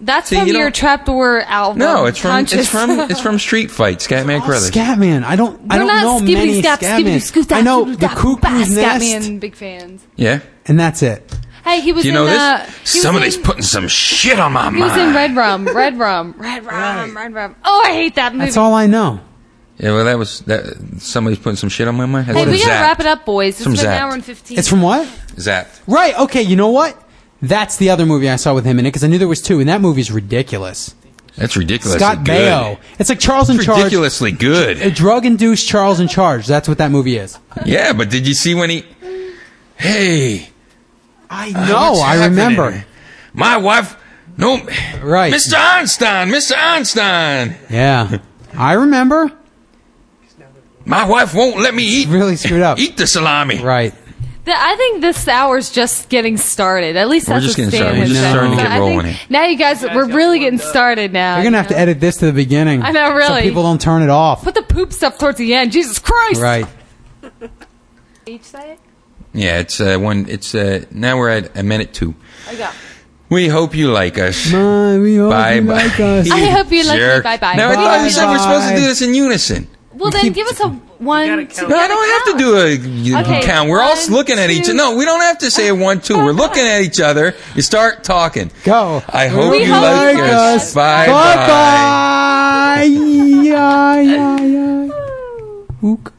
Speaker 5: That's
Speaker 3: See,
Speaker 5: from
Speaker 3: you
Speaker 5: your
Speaker 3: don't-
Speaker 5: trapdoor album.
Speaker 3: No, it's from
Speaker 5: Conscious.
Speaker 3: it's from it's from Street Fight, Scatman
Speaker 4: Oh,
Speaker 3: Crothers.
Speaker 4: Scatman. I don't. I
Speaker 5: We're
Speaker 4: don't
Speaker 5: not
Speaker 4: know
Speaker 5: skippity
Speaker 4: many
Speaker 5: scap, skippity
Speaker 4: Scatman.
Speaker 5: scoop,
Speaker 4: I know the
Speaker 5: dap,
Speaker 4: cuckoo's
Speaker 5: dap,
Speaker 4: nest,
Speaker 5: Scatman, big fans.
Speaker 3: yeah.
Speaker 4: and that's it.
Speaker 5: Hey, he was
Speaker 3: Do you know
Speaker 5: in.
Speaker 3: this?
Speaker 5: Uh, he was
Speaker 3: Somebody's
Speaker 5: in-
Speaker 3: putting some shit on my
Speaker 5: He
Speaker 3: mind.
Speaker 5: was in Red Rum. Red Rum. Red Rum. Red Rum. Oh, I hate that movie.
Speaker 4: That's all I know.
Speaker 3: yeah, well, that was that. Somebody's putting some shit on my mind.
Speaker 5: Hey, we gotta wrap it up, boys. It's
Speaker 3: From
Speaker 5: been an
Speaker 3: Zapped.
Speaker 5: hour and fifteen.
Speaker 4: It's from what?
Speaker 3: Zapped.
Speaker 4: Right. Okay. You know what? That's the other movie I saw with him in it because I knew there was two, and that movie's ridiculous.
Speaker 3: That's ridiculous.
Speaker 4: Scott
Speaker 3: good.
Speaker 4: Baio. It's like Charles in
Speaker 3: It's
Speaker 4: Charge.
Speaker 3: ridiculously
Speaker 4: A
Speaker 3: good.
Speaker 4: drug-induced Charles in Charge. That's what that movie is.
Speaker 3: Yeah, but did you see when he? Hey,
Speaker 4: I
Speaker 3: what's
Speaker 4: know. Oh, I
Speaker 3: happening?
Speaker 4: remember.
Speaker 3: My wife. No,
Speaker 4: Right.
Speaker 3: Mr. Einstein, Mr. Einstein.
Speaker 4: Yeah. I remember.
Speaker 3: My wife won't let me eat
Speaker 4: Really screwed up.
Speaker 3: eat the salami.
Speaker 4: Right.
Speaker 5: The- I think this hour's just getting started. At least
Speaker 3: We're
Speaker 5: that's
Speaker 3: just
Speaker 5: what
Speaker 3: getting
Speaker 5: Stan
Speaker 3: started.
Speaker 5: was
Speaker 4: We're just
Speaker 5: saying.
Speaker 4: starting to
Speaker 5: So
Speaker 3: get
Speaker 5: I think
Speaker 3: rolling here.
Speaker 5: Now you guys, we're really getting started now.
Speaker 4: You're gonna have to
Speaker 5: you know?
Speaker 4: edit this to the beginning.
Speaker 5: I know,
Speaker 4: So
Speaker 5: really.
Speaker 4: people don't turn it off.
Speaker 5: Put the poop stuff towards the end. Jesus Christ!
Speaker 4: Right.
Speaker 5: Each say it.
Speaker 3: Yeah, it's uh, one. It's uh, now we're at a minute two.
Speaker 5: I go.
Speaker 3: We hope you like us.
Speaker 4: My, we hope
Speaker 3: Bye
Speaker 4: you
Speaker 3: bye.
Speaker 4: like us.
Speaker 5: I hope you like me.
Speaker 3: jerk.
Speaker 5: Bye-bye.
Speaker 3: No, I thought you said we're
Speaker 4: Bye-bye.
Speaker 3: supposed to do this in unison.
Speaker 5: Well, then give us a one. two-
Speaker 3: No, I don't have to do a you
Speaker 5: Okay,
Speaker 3: count. We're all
Speaker 5: one,
Speaker 3: looking at each
Speaker 5: two.
Speaker 3: other. No, we don't have to say a one, two. We're looking at each other. You start talking.
Speaker 4: Go.
Speaker 3: I hope
Speaker 5: We
Speaker 3: you
Speaker 5: hope
Speaker 3: like
Speaker 5: you like
Speaker 3: us.
Speaker 5: us.
Speaker 3: Bye
Speaker 4: Bye
Speaker 3: bye.
Speaker 4: bye. Yeah, yeah, yeah. Ook.